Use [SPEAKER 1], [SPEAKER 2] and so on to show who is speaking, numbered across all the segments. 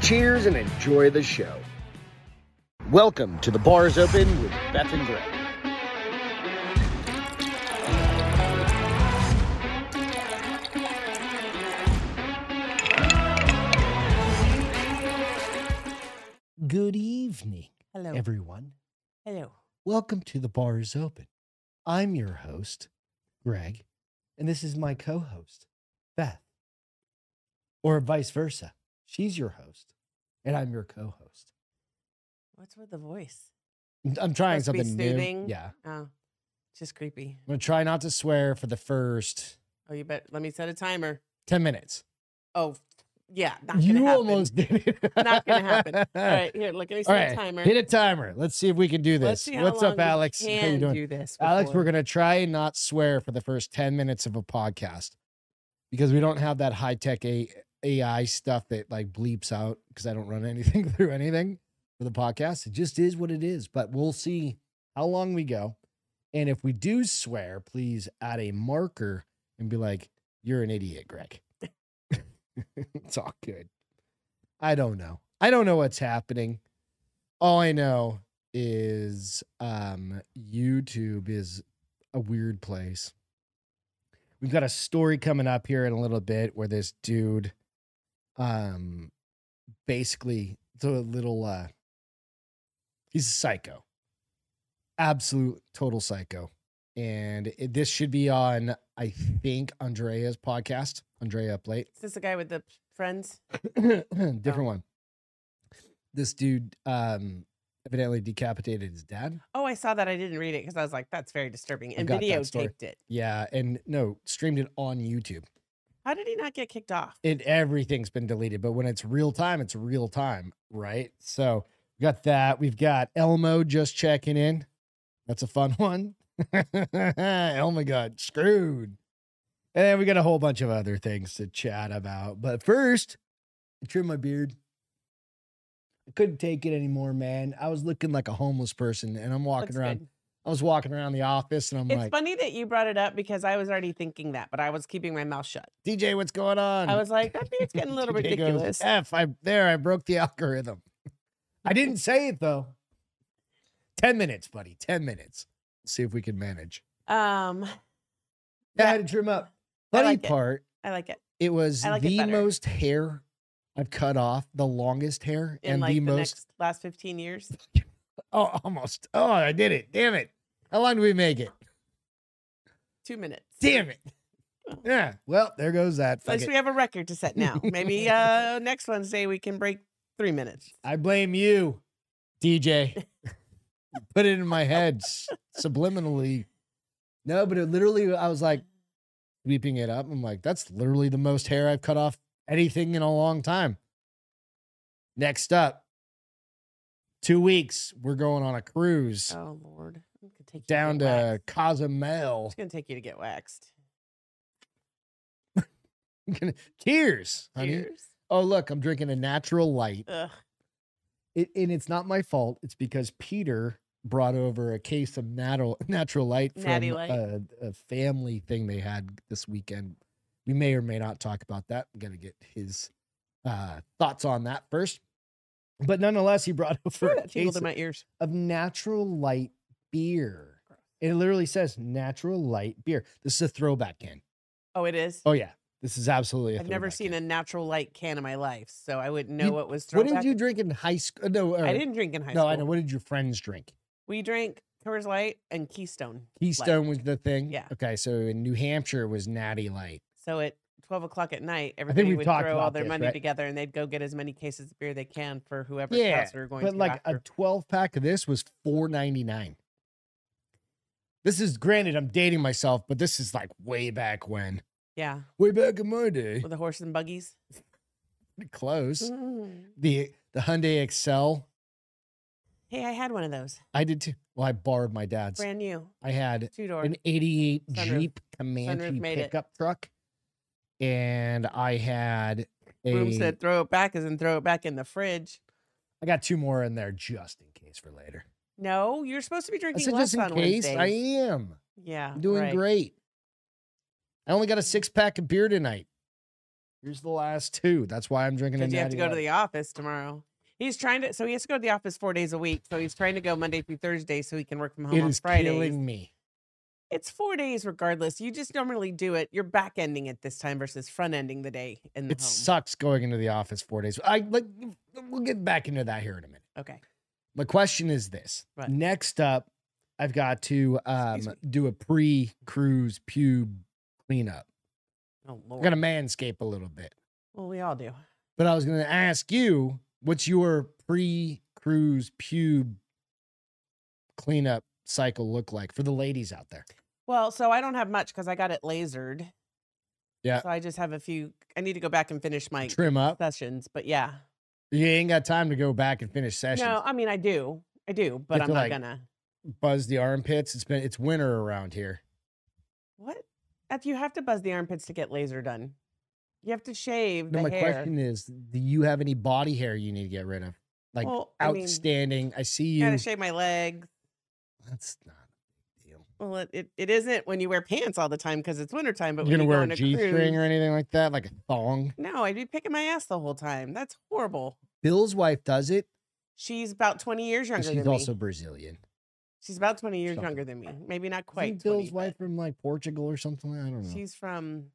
[SPEAKER 1] Cheers and enjoy the show. Welcome to the Bars Open with Beth and Greg.
[SPEAKER 2] Good evening,
[SPEAKER 3] Hello.
[SPEAKER 2] everyone.
[SPEAKER 3] Hello.
[SPEAKER 2] Welcome to The Bar is Open. I'm your host, Greg, and this is my co host, Beth. Or vice versa. She's your host, and I'm your co host.
[SPEAKER 3] What's with the voice?
[SPEAKER 2] I'm trying
[SPEAKER 3] Supposed to be
[SPEAKER 2] something new.
[SPEAKER 3] soothing.
[SPEAKER 2] Yeah.
[SPEAKER 3] Oh, it's just creepy.
[SPEAKER 2] I'm going to try not to swear for the first
[SPEAKER 3] Oh, you bet. Let me set a timer.
[SPEAKER 2] 10 minutes.
[SPEAKER 3] Oh, yeah. Not
[SPEAKER 2] you
[SPEAKER 3] gonna happen.
[SPEAKER 2] almost did it.
[SPEAKER 3] Not gonna happen. All
[SPEAKER 2] All
[SPEAKER 3] right, here. Look, let me
[SPEAKER 2] All
[SPEAKER 3] set
[SPEAKER 2] right.
[SPEAKER 3] a timer.
[SPEAKER 2] Hit a timer. Let's see if we can do this.
[SPEAKER 3] Let's see how
[SPEAKER 2] What's
[SPEAKER 3] long
[SPEAKER 2] up,
[SPEAKER 3] we
[SPEAKER 2] Alex?
[SPEAKER 3] Can
[SPEAKER 2] how you doing?
[SPEAKER 3] do this.
[SPEAKER 2] Alex, we're
[SPEAKER 3] before-
[SPEAKER 2] going to try and not swear for the first 10 minutes of a podcast because we don't have that high tech A- AI stuff that like bleeps out because I don't run anything through anything for the podcast. It just is what it is, but we'll see how long we go. And if we do swear, please add a marker and be like, you're an idiot, Greg. it's all good. I don't know. I don't know what's happening. All I know is um YouTube is a weird place. We've got a story coming up here in a little bit where this dude um basically the little uh he's a psycho. Absolute total psycho. And it, this should be on I think Andrea's podcast, Andrea up late.
[SPEAKER 3] Is this the guy with the friends?
[SPEAKER 2] Different one. This dude um evidently decapitated his dad.
[SPEAKER 3] Oh, I saw that. I didn't read it because I was like, that's very disturbing. And
[SPEAKER 2] got that story.
[SPEAKER 3] videotaped it.
[SPEAKER 2] Yeah, and no, streamed it on YouTube.
[SPEAKER 3] How did he not get kicked off?
[SPEAKER 2] It everything's been deleted, but when it's real time, it's real time, right? So we got that. We've got Elmo just checking in. That's a fun one. Elmo got screwed. And then we got a whole bunch of other things to chat about. But first, I trim my beard. I couldn't take it anymore, man. I was looking like a homeless person and I'm walking
[SPEAKER 3] Looks
[SPEAKER 2] around.
[SPEAKER 3] good.
[SPEAKER 2] I was walking around the office and I'm
[SPEAKER 3] It's
[SPEAKER 2] like,
[SPEAKER 3] funny that you brought it up because I was already thinking that, but I was keeping my mouth shut.
[SPEAKER 2] DJ, what's going on?
[SPEAKER 3] I was like, that beard's getting a little
[SPEAKER 2] Today goes,
[SPEAKER 3] ridiculous.
[SPEAKER 2] F, I there, I broke the algorithm. I didn't say it though. Ten minutes, buddy. Ten minutes. see if we can manage.
[SPEAKER 3] Um,
[SPEAKER 2] Yeah, I
[SPEAKER 3] Yeah.
[SPEAKER 2] had to trim up.
[SPEAKER 3] I
[SPEAKER 2] Funny
[SPEAKER 3] like it.
[SPEAKER 2] part,
[SPEAKER 3] I like it.
[SPEAKER 2] it, was
[SPEAKER 3] I like it
[SPEAKER 2] the
[SPEAKER 3] better.
[SPEAKER 2] most hair I've cut off, the longest hair,
[SPEAKER 3] In
[SPEAKER 2] and
[SPEAKER 3] like
[SPEAKER 2] the
[SPEAKER 3] the,
[SPEAKER 2] most.
[SPEAKER 3] next last 15 years.
[SPEAKER 2] Oh, almost. Oh, I did it. Damn it. How long do we make it?
[SPEAKER 3] Two minutes.
[SPEAKER 2] Damn it. Yeah. Well, there goes that.
[SPEAKER 3] At
[SPEAKER 2] Fuck
[SPEAKER 3] least
[SPEAKER 2] it.
[SPEAKER 3] we have a record to set now. Maybe uh, next Wednesday we can break three minutes.
[SPEAKER 2] I blame you, DJ. Put it in my head s- subliminally. No, but it literally, I was like sweeping it up. I'm like, that's literally the most hair I've cut off anything in a long time. Next up, two weeks, we're going on a cruise
[SPEAKER 3] Oh Lord, I'm gonna take you
[SPEAKER 2] down
[SPEAKER 3] to, get
[SPEAKER 2] to
[SPEAKER 3] waxed.
[SPEAKER 2] Cozumel.
[SPEAKER 3] It's gonna take you to get waxed.
[SPEAKER 2] Cheers, honey.
[SPEAKER 3] Cheers.
[SPEAKER 2] Oh, look, I'm drinking a natural light.
[SPEAKER 3] Ugh.
[SPEAKER 2] it, and it's not my fault. It's because Peter brought over a case of natural natural light from
[SPEAKER 3] Natty Light.
[SPEAKER 2] A, a family thing they had this weekend. We may or may not talk about that. I'm gonna get his uh, thoughts on that first. But nonetheless, he brought over
[SPEAKER 3] Ooh,
[SPEAKER 2] a
[SPEAKER 3] that tingled
[SPEAKER 2] case
[SPEAKER 3] in my ears.
[SPEAKER 2] of natural light beer. It literally says natural light beer. This is a throwback can.
[SPEAKER 3] Oh, it is.
[SPEAKER 2] Oh yeah, this is absolutely. i
[SPEAKER 3] I've never seen a natural light can in my life, so I wouldn't know
[SPEAKER 2] You-
[SPEAKER 3] what was
[SPEAKER 2] What
[SPEAKER 3] thrown.
[SPEAKER 2] did you drink in high school? No,
[SPEAKER 3] I
[SPEAKER 2] or-
[SPEAKER 3] didn't drink in high
[SPEAKER 2] No,
[SPEAKER 3] school.
[SPEAKER 2] I know. What did your friends drink?
[SPEAKER 3] We drank Coors Light and Keystone.
[SPEAKER 2] Keystone was the thing.
[SPEAKER 3] Yeah.
[SPEAKER 2] Okay, so in New Hampshire was Natty Light.
[SPEAKER 3] So at twelve o'clock at night,
[SPEAKER 2] we've
[SPEAKER 3] everybody would
[SPEAKER 2] talked
[SPEAKER 3] throw all
[SPEAKER 2] about
[SPEAKER 3] their
[SPEAKER 2] this,
[SPEAKER 3] money
[SPEAKER 2] right?
[SPEAKER 3] together, and they'd go get as many cases of beer they can for whoever's
[SPEAKER 2] Yeah,
[SPEAKER 3] house we were going
[SPEAKER 2] But
[SPEAKER 3] to.
[SPEAKER 2] like
[SPEAKER 3] after.
[SPEAKER 2] a 12 pack of this was 4.99. This is granted I'm dating myself, but this is like way back when.
[SPEAKER 3] yeah,
[SPEAKER 2] Way back in my day.
[SPEAKER 3] with the horse and buggies.
[SPEAKER 2] Pretty Close.
[SPEAKER 3] Mm.
[SPEAKER 2] The the Hyundai Excel,
[SPEAKER 3] Hey, I had one of those,
[SPEAKER 2] I did too. Well, I borrowed my dad's.
[SPEAKER 3] brand new,
[SPEAKER 2] I had
[SPEAKER 3] two door.
[SPEAKER 2] an 88
[SPEAKER 3] Sunroof.
[SPEAKER 2] Jeep Comanche
[SPEAKER 3] Sunroof made it.
[SPEAKER 2] pickup truck and I had a
[SPEAKER 3] Boom said, "Throw it back," as in throw it back in the fridge.
[SPEAKER 2] I got two more in there just in case for later.
[SPEAKER 3] No, you're supposed to be
[SPEAKER 2] I
[SPEAKER 3] drinking
[SPEAKER 2] said,
[SPEAKER 3] less
[SPEAKER 2] just in
[SPEAKER 3] on
[SPEAKER 2] case, I
[SPEAKER 3] Wednesdays.
[SPEAKER 2] am.
[SPEAKER 3] yeah,
[SPEAKER 2] I'm doing
[SPEAKER 3] Uh, right.
[SPEAKER 2] great. I only got a six pack of beer tonight. Here's the last two. That's why I'm drinking a
[SPEAKER 3] Because you have to
[SPEAKER 2] natty
[SPEAKER 3] go to
[SPEAKER 2] light.
[SPEAKER 3] the office tomorrow. He's trying to, so he has to go to the office four days a week. So he's trying to go Monday through Thursday so he can work from home
[SPEAKER 2] It
[SPEAKER 3] on
[SPEAKER 2] is
[SPEAKER 3] Fridays.
[SPEAKER 2] killing me.
[SPEAKER 3] It's four days regardless. You just normally do it. You're back ending it this time versus front ending the day in the
[SPEAKER 2] It
[SPEAKER 3] home.
[SPEAKER 2] sucks going into the office four days. I like. We'll get back into that here in a minute.
[SPEAKER 3] okay.
[SPEAKER 2] My question is this:
[SPEAKER 3] Right.
[SPEAKER 2] Next up, I've got to um,
[SPEAKER 3] Excuse
[SPEAKER 2] do a pre-cruise pube cleanup.
[SPEAKER 3] Oh,
[SPEAKER 2] I'm
[SPEAKER 3] Lord.
[SPEAKER 2] gonna manscape a little bit,
[SPEAKER 3] Well, we all do.
[SPEAKER 2] but I was gonna ask you, what's your pre-cruise pube cleanup cycle look like for the ladies out there?
[SPEAKER 3] Well, so I don't have much because I got it lasered.
[SPEAKER 2] Yeah.
[SPEAKER 3] So I just have a few. I need to go back and finish my
[SPEAKER 2] Trim up.
[SPEAKER 3] sessions, but yeah.
[SPEAKER 2] You ain't got time to go back and finish sessions.
[SPEAKER 3] No, I mean I do, I do, but
[SPEAKER 2] have
[SPEAKER 3] I'm
[SPEAKER 2] to,
[SPEAKER 3] not
[SPEAKER 2] like-
[SPEAKER 3] gonna.
[SPEAKER 2] Buzz the armpits. It's been it's winter around here.
[SPEAKER 3] What? If you have to buzz the armpits to get laser done, you have to shave
[SPEAKER 2] No,
[SPEAKER 3] the
[SPEAKER 2] my
[SPEAKER 3] hair.
[SPEAKER 2] question is, do you have any body hair you need to get rid of? like,
[SPEAKER 3] well,
[SPEAKER 2] Outstanding. I, see
[SPEAKER 3] I mean, gotta
[SPEAKER 2] you.
[SPEAKER 3] shave my legs.
[SPEAKER 2] That's not a big deal.
[SPEAKER 3] Well, it, it, it isn't when you wear pants all the time because it's wintertime, but
[SPEAKER 2] You're
[SPEAKER 3] when
[SPEAKER 2] gonna
[SPEAKER 3] you go
[SPEAKER 2] wear
[SPEAKER 3] on
[SPEAKER 2] a G string
[SPEAKER 3] cruise-
[SPEAKER 2] or anything like that, like a thong.
[SPEAKER 3] No, I'd be picking my ass the whole time. That's horrible.
[SPEAKER 2] Bill's wife does it.
[SPEAKER 3] She's about 20 years
[SPEAKER 2] but
[SPEAKER 3] younger
[SPEAKER 2] She's
[SPEAKER 3] than
[SPEAKER 2] also
[SPEAKER 3] me.
[SPEAKER 2] Brazilian.
[SPEAKER 3] She's about 20 years
[SPEAKER 2] something.
[SPEAKER 3] younger than me. Maybe not
[SPEAKER 2] Quite
[SPEAKER 3] quite.
[SPEAKER 2] Isn't Bill's
[SPEAKER 3] 20,
[SPEAKER 2] wife
[SPEAKER 3] but
[SPEAKER 2] from like Portugal or something? I don't know. She's
[SPEAKER 3] She's from,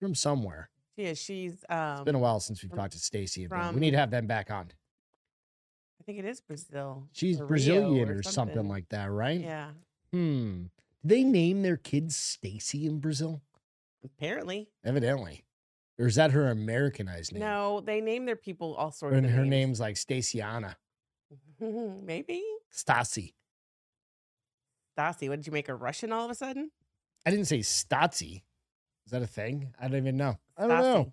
[SPEAKER 2] from somewhere.
[SPEAKER 3] yeah, she's,
[SPEAKER 2] It's
[SPEAKER 3] um,
[SPEAKER 2] been a while since we've
[SPEAKER 3] from-
[SPEAKER 2] talked to Stacy. and Bill. We
[SPEAKER 3] from-
[SPEAKER 2] need to have them back on.
[SPEAKER 3] I think it is Brazil.
[SPEAKER 2] She's
[SPEAKER 3] or Rio
[SPEAKER 2] Brazilian or, something. like that, right?
[SPEAKER 3] Yeah,
[SPEAKER 2] Hmm. Did they name their kids Stacy in Brazil?
[SPEAKER 3] apparently.
[SPEAKER 2] Evidently. Or is that her Americanized name?
[SPEAKER 3] No, they name their people all sorts
[SPEAKER 2] And
[SPEAKER 3] of
[SPEAKER 2] her
[SPEAKER 3] names.
[SPEAKER 2] name's like Staciana.
[SPEAKER 3] Maybe.
[SPEAKER 2] Stasi.
[SPEAKER 3] Stassi, what did you make her Russian all of a sudden?
[SPEAKER 2] I didn't say Stasi. Is that a thing? I don't even know. I don't
[SPEAKER 3] Stassi.
[SPEAKER 2] know.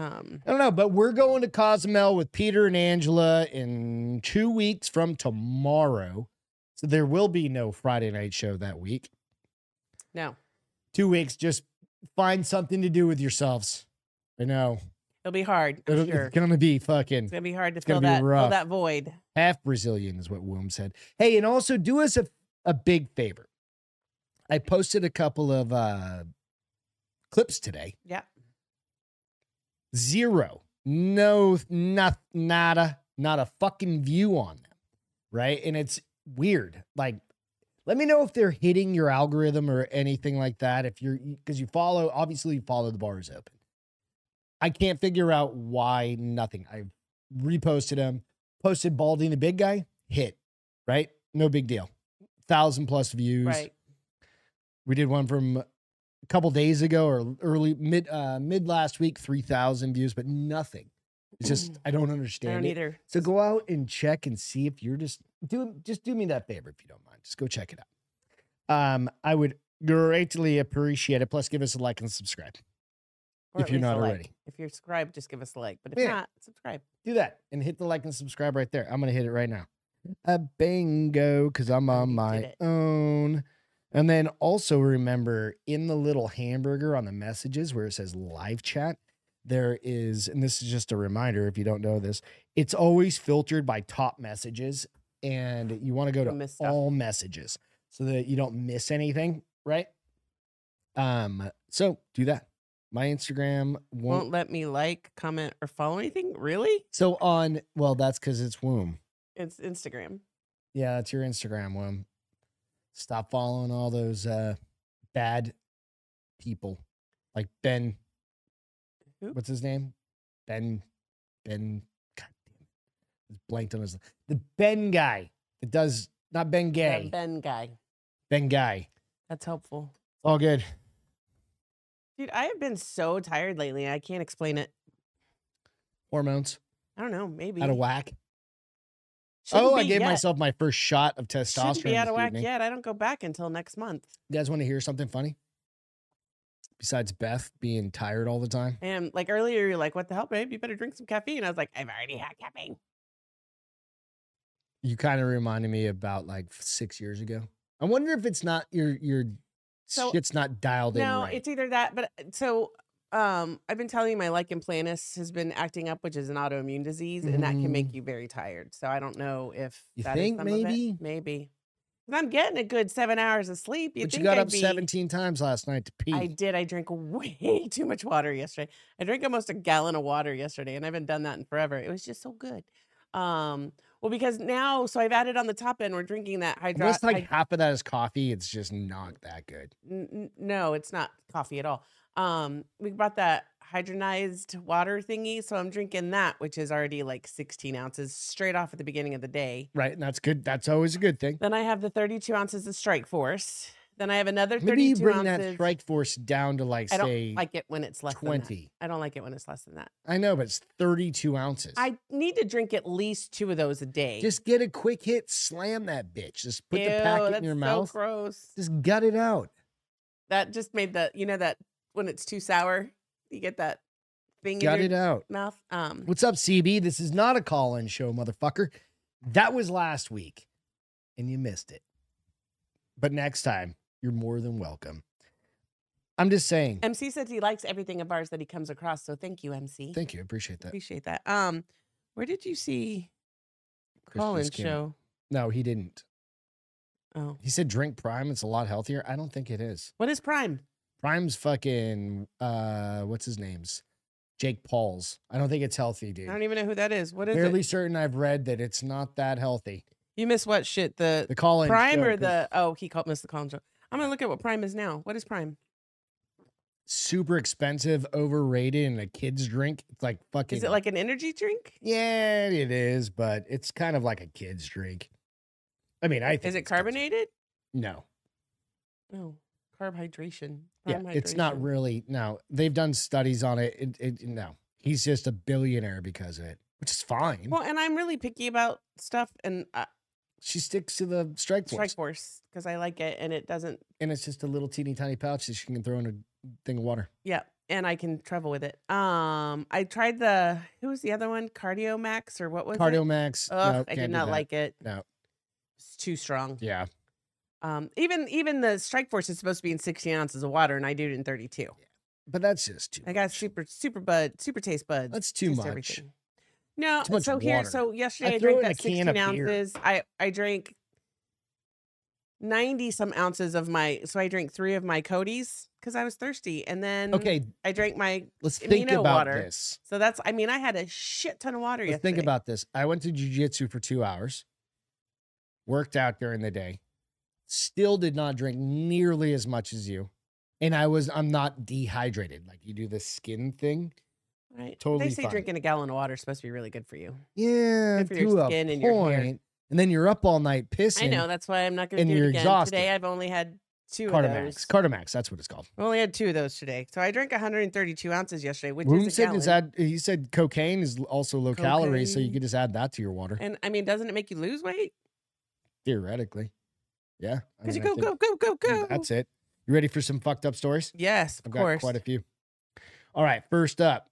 [SPEAKER 3] Um,
[SPEAKER 2] I don't know, but we're going to Cozumel with Peter and Angela in two weeks from tomorrow. So there will be no Friday night show that week.
[SPEAKER 3] no,
[SPEAKER 2] Two weeks, just find something to do with yourselves. I know.
[SPEAKER 3] it'll be hard. I'm
[SPEAKER 2] It'll-
[SPEAKER 3] sure.
[SPEAKER 2] It's going to be fucking
[SPEAKER 3] It's gonna be hard to fill
[SPEAKER 2] gonna be
[SPEAKER 3] that
[SPEAKER 2] rough.
[SPEAKER 3] fill that void.
[SPEAKER 2] half Brazilian is what Woom said. Hey, and also do us a, a big favor. I posted a couple of uh, clips today.
[SPEAKER 3] Yeah.
[SPEAKER 2] Zero, no, not, nada, not a fucking view on them, right? And it's weird. Like, let me know if they're hitting your algorithm or anything like that. If you're because you follow, obviously you follow the bars open. I can't figure out why nothing. I reposted them posted Balding the Big Guy, hit, right? No big deal. Thousand plus views.
[SPEAKER 3] Right.
[SPEAKER 2] We did one from a couple days ago or early mid uh mid last week, three thousand views, but nothing. It's just Mm. I don't
[SPEAKER 3] I
[SPEAKER 2] understand.
[SPEAKER 3] don't
[SPEAKER 2] it.
[SPEAKER 3] either.
[SPEAKER 2] So go out and check and see if you're just do just do me that favor if you don't mind. Just go check it out. Um, I would greatly appreciate it. Plus, give us a like and subscribe.
[SPEAKER 3] Or
[SPEAKER 2] if
[SPEAKER 3] at
[SPEAKER 2] you're
[SPEAKER 3] least
[SPEAKER 2] not
[SPEAKER 3] a like.
[SPEAKER 2] already.
[SPEAKER 3] If you're subscribed, just give us a like. But if
[SPEAKER 2] Yeah.
[SPEAKER 3] not, subscribe.
[SPEAKER 2] Do that and hit the like and subscribe right there. I'm gonna hit it right now. A bingo, because I'm
[SPEAKER 3] Oh,
[SPEAKER 2] on
[SPEAKER 3] Hmm. you did
[SPEAKER 2] my
[SPEAKER 3] it.
[SPEAKER 2] own. And then also remember in the little hamburger on the messages where it says live chat, there is, and this is just a reminder if you don't know this, it's always filtered by top messages. And you want to go
[SPEAKER 3] Don't
[SPEAKER 2] to
[SPEAKER 3] miss Mm, stuff.
[SPEAKER 2] all messages so that you don't miss anything, right? Um, so do that. My Instagram
[SPEAKER 3] Won't,
[SPEAKER 2] won't
[SPEAKER 3] let me like, comment, or follow anything. Really?
[SPEAKER 2] so on well, that's because it's womb.
[SPEAKER 3] It's Instagram.
[SPEAKER 2] Yeah, it's your Instagram one. Stop following all those uh bad people. Like Ben.
[SPEAKER 3] Who?
[SPEAKER 2] What's his name? Ben Ben God damn it. It's blanked on his the Ben guy that does not Ben
[SPEAKER 3] That
[SPEAKER 2] Gay. Ben,
[SPEAKER 3] Ben guy.
[SPEAKER 2] guy.
[SPEAKER 3] That's helpful.
[SPEAKER 2] All good.
[SPEAKER 3] Dude, I have been so tired lately. I can't explain it.
[SPEAKER 2] Hormones.
[SPEAKER 3] I don't know. Maybe.
[SPEAKER 2] Out of whack.
[SPEAKER 3] Shouldn't
[SPEAKER 2] oh, I
[SPEAKER 3] be
[SPEAKER 2] gave
[SPEAKER 3] yet.
[SPEAKER 2] myself my first shot of testosterone.
[SPEAKER 3] Shouldn't be out
[SPEAKER 2] this
[SPEAKER 3] of whack
[SPEAKER 2] evening.
[SPEAKER 3] yet. I don't go back until next month.
[SPEAKER 2] You guys want to hear something funny? Besides Beth being tired all the time.
[SPEAKER 3] And like earlier, you're like, "What the hell, babe? You better drink some caffeine." I was like, "I've already had caffeine."
[SPEAKER 2] you kind of reminded me about like f- six years ago. I wonder if it's not your your
[SPEAKER 3] So-
[SPEAKER 2] shit's not dialed in
[SPEAKER 3] No,
[SPEAKER 2] right.
[SPEAKER 3] it's either that, but uh, so um, I've been telling you my lichen planus has been acting up, which is an autoimmune disease, and that can make you very tired. So I don't know if
[SPEAKER 2] Mm-hmm. You
[SPEAKER 3] that is
[SPEAKER 2] think
[SPEAKER 3] some of it.
[SPEAKER 2] maybe?
[SPEAKER 3] maybe And I'm getting a good seven hours of sleep. You'd
[SPEAKER 2] but you
[SPEAKER 3] think
[SPEAKER 2] got
[SPEAKER 3] I'd
[SPEAKER 2] up
[SPEAKER 3] be-
[SPEAKER 2] 17 times last night to pee.
[SPEAKER 3] I did. I drank way too much water yesterday. I drank almost a gallon of water yesterday, and I haven't done that in forever. It was just so good. Um, well, because now, so I've added on the top end. We're drinking that hydro.
[SPEAKER 2] Unless like half of that is coffee, it's just not that good.
[SPEAKER 3] n- n- no, it's not coffee at all. Um, we brought that hydronized water thingy, so I'm drinking that, which is already like 16 ounces straight off at the beginning of the day.
[SPEAKER 2] Right. And that's good. That's always a good thing.
[SPEAKER 3] Then I have the 32 ounces of Strike Force. Then I have another 32
[SPEAKER 2] Maybe you bring
[SPEAKER 3] ounces.
[SPEAKER 2] that strike force down to like,
[SPEAKER 3] I don't
[SPEAKER 2] say,
[SPEAKER 3] like it when it's less than
[SPEAKER 2] 20.
[SPEAKER 3] that. I don't like it when it's less than that.
[SPEAKER 2] I know, but it's 32 ounces.
[SPEAKER 3] I need to drink at least two of those a day.
[SPEAKER 2] just get a quick hit, slam that bitch. Just put
[SPEAKER 3] Ew,
[SPEAKER 2] the packet
[SPEAKER 3] that's
[SPEAKER 2] in your
[SPEAKER 3] so
[SPEAKER 2] mouth.
[SPEAKER 3] Gross.
[SPEAKER 2] Just gut it out.
[SPEAKER 3] That just made the you know that when it's too sour, you get that thing
[SPEAKER 2] Gut
[SPEAKER 3] in
[SPEAKER 2] it uh
[SPEAKER 3] your
[SPEAKER 2] out.
[SPEAKER 3] mouth. Um,
[SPEAKER 2] What's up, CB? This is not a call in show, motherfucker. That was last week and you missed it. But next time, you're more than welcome. I'm just saying.
[SPEAKER 3] MC says he likes everything of ours that he comes across, so thank you, MC.
[SPEAKER 2] Thank you. I appreciate that.
[SPEAKER 3] Appreciate that. Um, where did you see
[SPEAKER 2] Chris
[SPEAKER 3] Colin
[SPEAKER 2] just came up.
[SPEAKER 3] show?
[SPEAKER 2] No, he didn't.
[SPEAKER 3] Oh,
[SPEAKER 2] He said drink Prime. It's a lot healthier. I don't think it is.
[SPEAKER 3] what is Prime?
[SPEAKER 2] Prime's fucking, uh, what's his name's? Jake Paul's. I don't think it's healthy, dude.
[SPEAKER 3] I don't even know who that is. What is
[SPEAKER 2] Fairly
[SPEAKER 3] it?
[SPEAKER 2] certain I've read that it's not that healthy.
[SPEAKER 3] You miss what shit? The,
[SPEAKER 2] The call in
[SPEAKER 3] Prime or the oh he called missed the Colin show. I'm gonna look at what Prime is now. What is Prime?
[SPEAKER 2] super expensive, overrated, and a kid's drink. It's like fucking.
[SPEAKER 3] Is it like an energy drink?
[SPEAKER 2] Yeah, it is, but it's kind of like a kid's drink. I mean, I think
[SPEAKER 3] Is it
[SPEAKER 2] it's kid's-
[SPEAKER 3] carbonated?
[SPEAKER 2] No,
[SPEAKER 3] No, carb hydration.
[SPEAKER 2] yeah,
[SPEAKER 3] Prime
[SPEAKER 2] it's not
[SPEAKER 3] hydration.
[SPEAKER 2] really. No, they've done studies on it. It, it. No, he's just a billionaire because of it, which is fine.
[SPEAKER 3] Well, and I'm really picky about stuff and uh,
[SPEAKER 2] she sticks to the strike force,
[SPEAKER 3] Strike Force because I like it and it doesn't.
[SPEAKER 2] and it's just a little teeny tiny pouch that she can throw in a thing of water.
[SPEAKER 3] Yeah, and I can travel with it. Um, I tried the who was the other one? Cardio Max or what was
[SPEAKER 2] Cardio
[SPEAKER 3] it?
[SPEAKER 2] Max. no,
[SPEAKER 3] Ugh, I
[SPEAKER 2] can't
[SPEAKER 3] did
[SPEAKER 2] do
[SPEAKER 3] not
[SPEAKER 2] that.
[SPEAKER 3] like it.
[SPEAKER 2] No.
[SPEAKER 3] it's too strong.
[SPEAKER 2] Yeah,
[SPEAKER 3] Um, even even the Strike Force is supposed to be in 16 ounces of water, and I did it in 32.
[SPEAKER 2] but that's just too.
[SPEAKER 3] I got
[SPEAKER 2] much.
[SPEAKER 3] super super bud super taste buds.
[SPEAKER 2] That's too
[SPEAKER 3] taste
[SPEAKER 2] much.
[SPEAKER 3] everything. No,
[SPEAKER 2] Too much
[SPEAKER 3] so here,
[SPEAKER 2] water.
[SPEAKER 3] so yesterday I,
[SPEAKER 2] throw
[SPEAKER 3] drank
[SPEAKER 2] in a
[SPEAKER 3] that
[SPEAKER 2] can
[SPEAKER 3] 16
[SPEAKER 2] of beer.
[SPEAKER 3] ounces. I I drank 90 some ounces of my, so I drank three of my Cody's because I was thirsty. And then
[SPEAKER 2] Okay,
[SPEAKER 3] I drank my,
[SPEAKER 2] let's
[SPEAKER 3] Amino
[SPEAKER 2] think about
[SPEAKER 3] water.
[SPEAKER 2] this.
[SPEAKER 3] so that's, I mean, I had a shit ton of water
[SPEAKER 2] Let's
[SPEAKER 3] yesterday.
[SPEAKER 2] think about this. I went to jujitsu for two hours, worked out during the day, still did not drink nearly as much as you. And I was, I'm not dehydrated. Like you do the skin thing.
[SPEAKER 3] right?
[SPEAKER 2] totally
[SPEAKER 3] They say
[SPEAKER 2] fine.
[SPEAKER 3] drinking a gallon of water is supposed to be really good for you.
[SPEAKER 2] Yeah,
[SPEAKER 3] Good for your
[SPEAKER 2] to a
[SPEAKER 3] skin and your hair.
[SPEAKER 2] point. And then you're up all night pissing.
[SPEAKER 3] I know. That's why I'm not going
[SPEAKER 2] and
[SPEAKER 3] to do
[SPEAKER 2] you're
[SPEAKER 3] it again.
[SPEAKER 2] exhausted.
[SPEAKER 3] Today I've only had two of
[SPEAKER 2] Cardimax.
[SPEAKER 3] those.
[SPEAKER 2] Cardimax, that's what it's called.
[SPEAKER 3] I only had two of those today. So I drank 132 ounces yesterday, which
[SPEAKER 2] Room
[SPEAKER 3] is a
[SPEAKER 2] said
[SPEAKER 3] gallon.
[SPEAKER 2] is that he said cocaine is also low calorie, so you
[SPEAKER 3] Cocaine.
[SPEAKER 2] could just add that to your water
[SPEAKER 3] and I mean, doesn't it make you lose weight?
[SPEAKER 2] theoretically. Yeah, I
[SPEAKER 3] Because you
[SPEAKER 2] mean, I
[SPEAKER 3] go,
[SPEAKER 2] think-
[SPEAKER 3] go, go, go, go.
[SPEAKER 2] That's it. You ready for some fucked up stories?
[SPEAKER 3] Yes, of
[SPEAKER 2] I've got
[SPEAKER 3] course.
[SPEAKER 2] quite a few. All right, first up,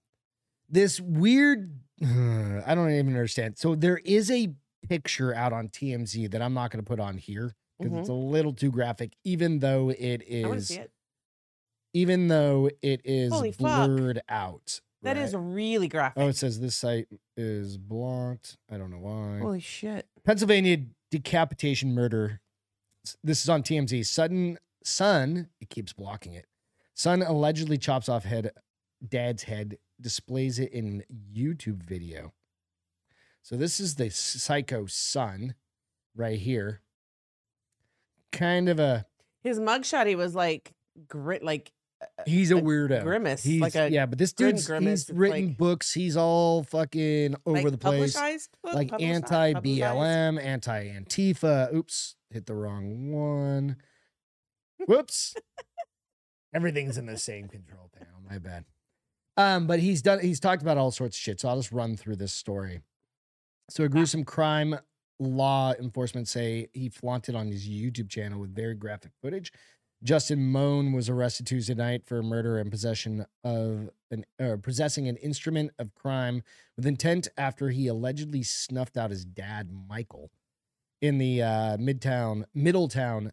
[SPEAKER 2] this weird. I don't even understand. So there is a picture out on TMZ that I'm not going to put on here because
[SPEAKER 3] Mhm.
[SPEAKER 2] it's a little too graphic, even though it
[SPEAKER 3] I want to
[SPEAKER 2] is,
[SPEAKER 3] see it.
[SPEAKER 2] even though it is
[SPEAKER 3] Holy fuck.
[SPEAKER 2] blurred out.
[SPEAKER 3] That is
[SPEAKER 2] right?
[SPEAKER 3] really graphic.
[SPEAKER 2] Oh, it says this site is blocked. I don't know why.
[SPEAKER 3] Holy shit.
[SPEAKER 2] Pennsylvania decapitation murder. S- This is on TMZ. Sudden son, it keeps blocking it. Son allegedly chops off head, dad's head, displays it in YouTube video. So this is the psycho son, right here. Kind of a
[SPEAKER 3] His mugshot, he was like, grit, like,
[SPEAKER 2] he's a
[SPEAKER 3] Like
[SPEAKER 2] weirdo.
[SPEAKER 3] grimace,
[SPEAKER 2] He's,
[SPEAKER 3] like a
[SPEAKER 2] yeah, but this
[SPEAKER 3] grin
[SPEAKER 2] dude's
[SPEAKER 3] grimace,
[SPEAKER 2] he's
[SPEAKER 3] it's
[SPEAKER 2] written
[SPEAKER 3] like-
[SPEAKER 2] books. He's all fucking over
[SPEAKER 3] like
[SPEAKER 2] the place.
[SPEAKER 3] publicized book?
[SPEAKER 2] like
[SPEAKER 3] Publicized-
[SPEAKER 2] anti
[SPEAKER 3] publicized?
[SPEAKER 2] BLM, anti Antifa. Oops, hit the wrong one. Whoops. Everything's in the same control panel. My bad. Um, but he's done. He's talked about all sorts of shit. So I'll just run through this story. So a gruesome crime law enforcement say he flaunted on his YouTube channel with very graphic footage. Justin Moan was arrested Tuesday night for murder and possession of an uh, possessing an instrument of crime with intent after he allegedly snuffed out his dad, Michael, in the uh, Midtown, Middletown,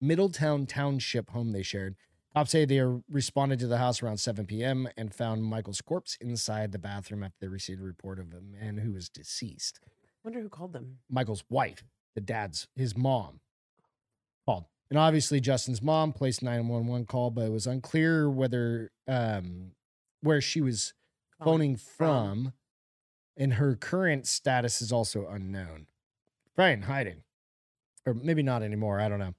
[SPEAKER 2] Middletown Township home they shared. Cops say they are- responded to the house around 7 p.m. and found Michael's corpse inside the bathroom after they received a report of a man who was deceased.
[SPEAKER 3] wonder who called them.
[SPEAKER 2] Michael's wife, the dad's, his mom, called. And obviously, Justin's mom placed 911 call, but it was unclear whether um, where she was phoning
[SPEAKER 3] from.
[SPEAKER 2] from, and her current status is also unknown. Probably in hiding, or maybe not anymore. I don't know.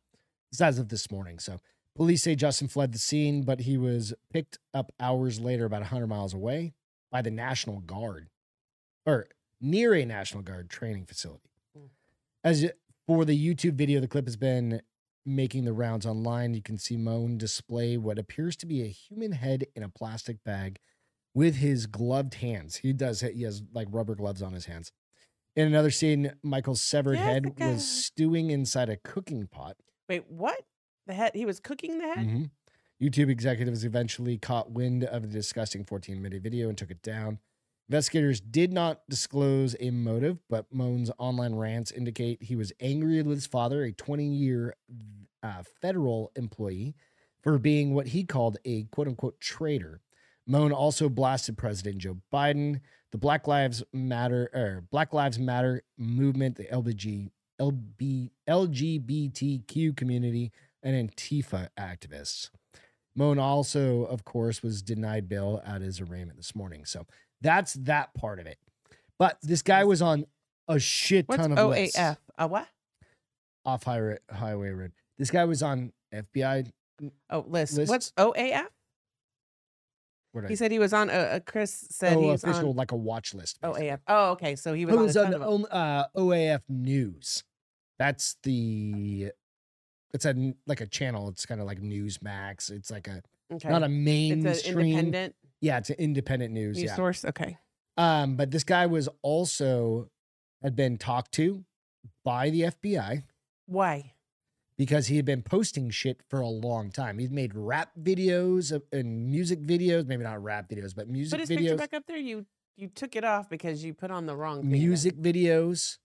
[SPEAKER 2] It's as of this morning. So, police say Justin fled the scene, but he was picked up hours later, about 100 miles away, by the National Guard or near a National Guard training facility.
[SPEAKER 3] Mm.
[SPEAKER 2] As y- for the YouTube video, the clip has been making the rounds online. You can see Moan display what appears to be a human head in a plastic bag with his gloved hands. He does. He has like rubber gloves on his hands. In another scene, Michael's severed head
[SPEAKER 3] Jessica.
[SPEAKER 2] was stewing inside a cooking pot.
[SPEAKER 3] Wait, what? The head? He was cooking the head.
[SPEAKER 2] Mhm. YouTube executives eventually caught wind of the disgusting 14 minute video and took it down. Investigators did not disclose a motive, but Moan's online rants indicate he was angry with his father, a 20 year uh, federal employee, for being what he called a quote unquote traitor. Moan also blasted President Joe Biden, the Black Lives Matter or Black Lives Matter movement, the LBG, LB, LGBTQ community, and Antifa activists. Moan also, of course, was denied bail at his arraignment this morning. So that's that part of it. But this guy was on a shit
[SPEAKER 3] What's
[SPEAKER 2] ton of lists
[SPEAKER 3] OAF? A what?
[SPEAKER 2] off highway highway road. This guy was on FBI.
[SPEAKER 3] Oh, list. What's
[SPEAKER 2] Lists.
[SPEAKER 3] OAF?
[SPEAKER 2] What did
[SPEAKER 3] He
[SPEAKER 2] I-
[SPEAKER 3] said he was on. Uh, uh, Chris said
[SPEAKER 2] oh,
[SPEAKER 3] he was
[SPEAKER 2] official
[SPEAKER 3] on
[SPEAKER 2] like a watch list. basically.
[SPEAKER 3] OAF. Oh, okay. So he was
[SPEAKER 2] Who
[SPEAKER 3] on. a
[SPEAKER 2] was on
[SPEAKER 3] ton of 'em.
[SPEAKER 2] on, uh, OAF News? That's the. It's a n- like a channel. It's kind of like Newsmax. It's like a
[SPEAKER 3] Okay.
[SPEAKER 2] not a
[SPEAKER 3] it's an
[SPEAKER 2] mainstream.
[SPEAKER 3] independent
[SPEAKER 2] yeah, it's an independent news.
[SPEAKER 3] news
[SPEAKER 2] yeah.
[SPEAKER 3] source. Okay.
[SPEAKER 2] Um, but this guy was also had been talked to by the FBI
[SPEAKER 3] Why?
[SPEAKER 2] because he had been posting shit for a long time. He'd made rap videos of- and music videos, maybe not rap videos, but music
[SPEAKER 3] Put his picture
[SPEAKER 2] videos,
[SPEAKER 3] back up there. You you took it off because you put on the wrong thing then.
[SPEAKER 2] music videos,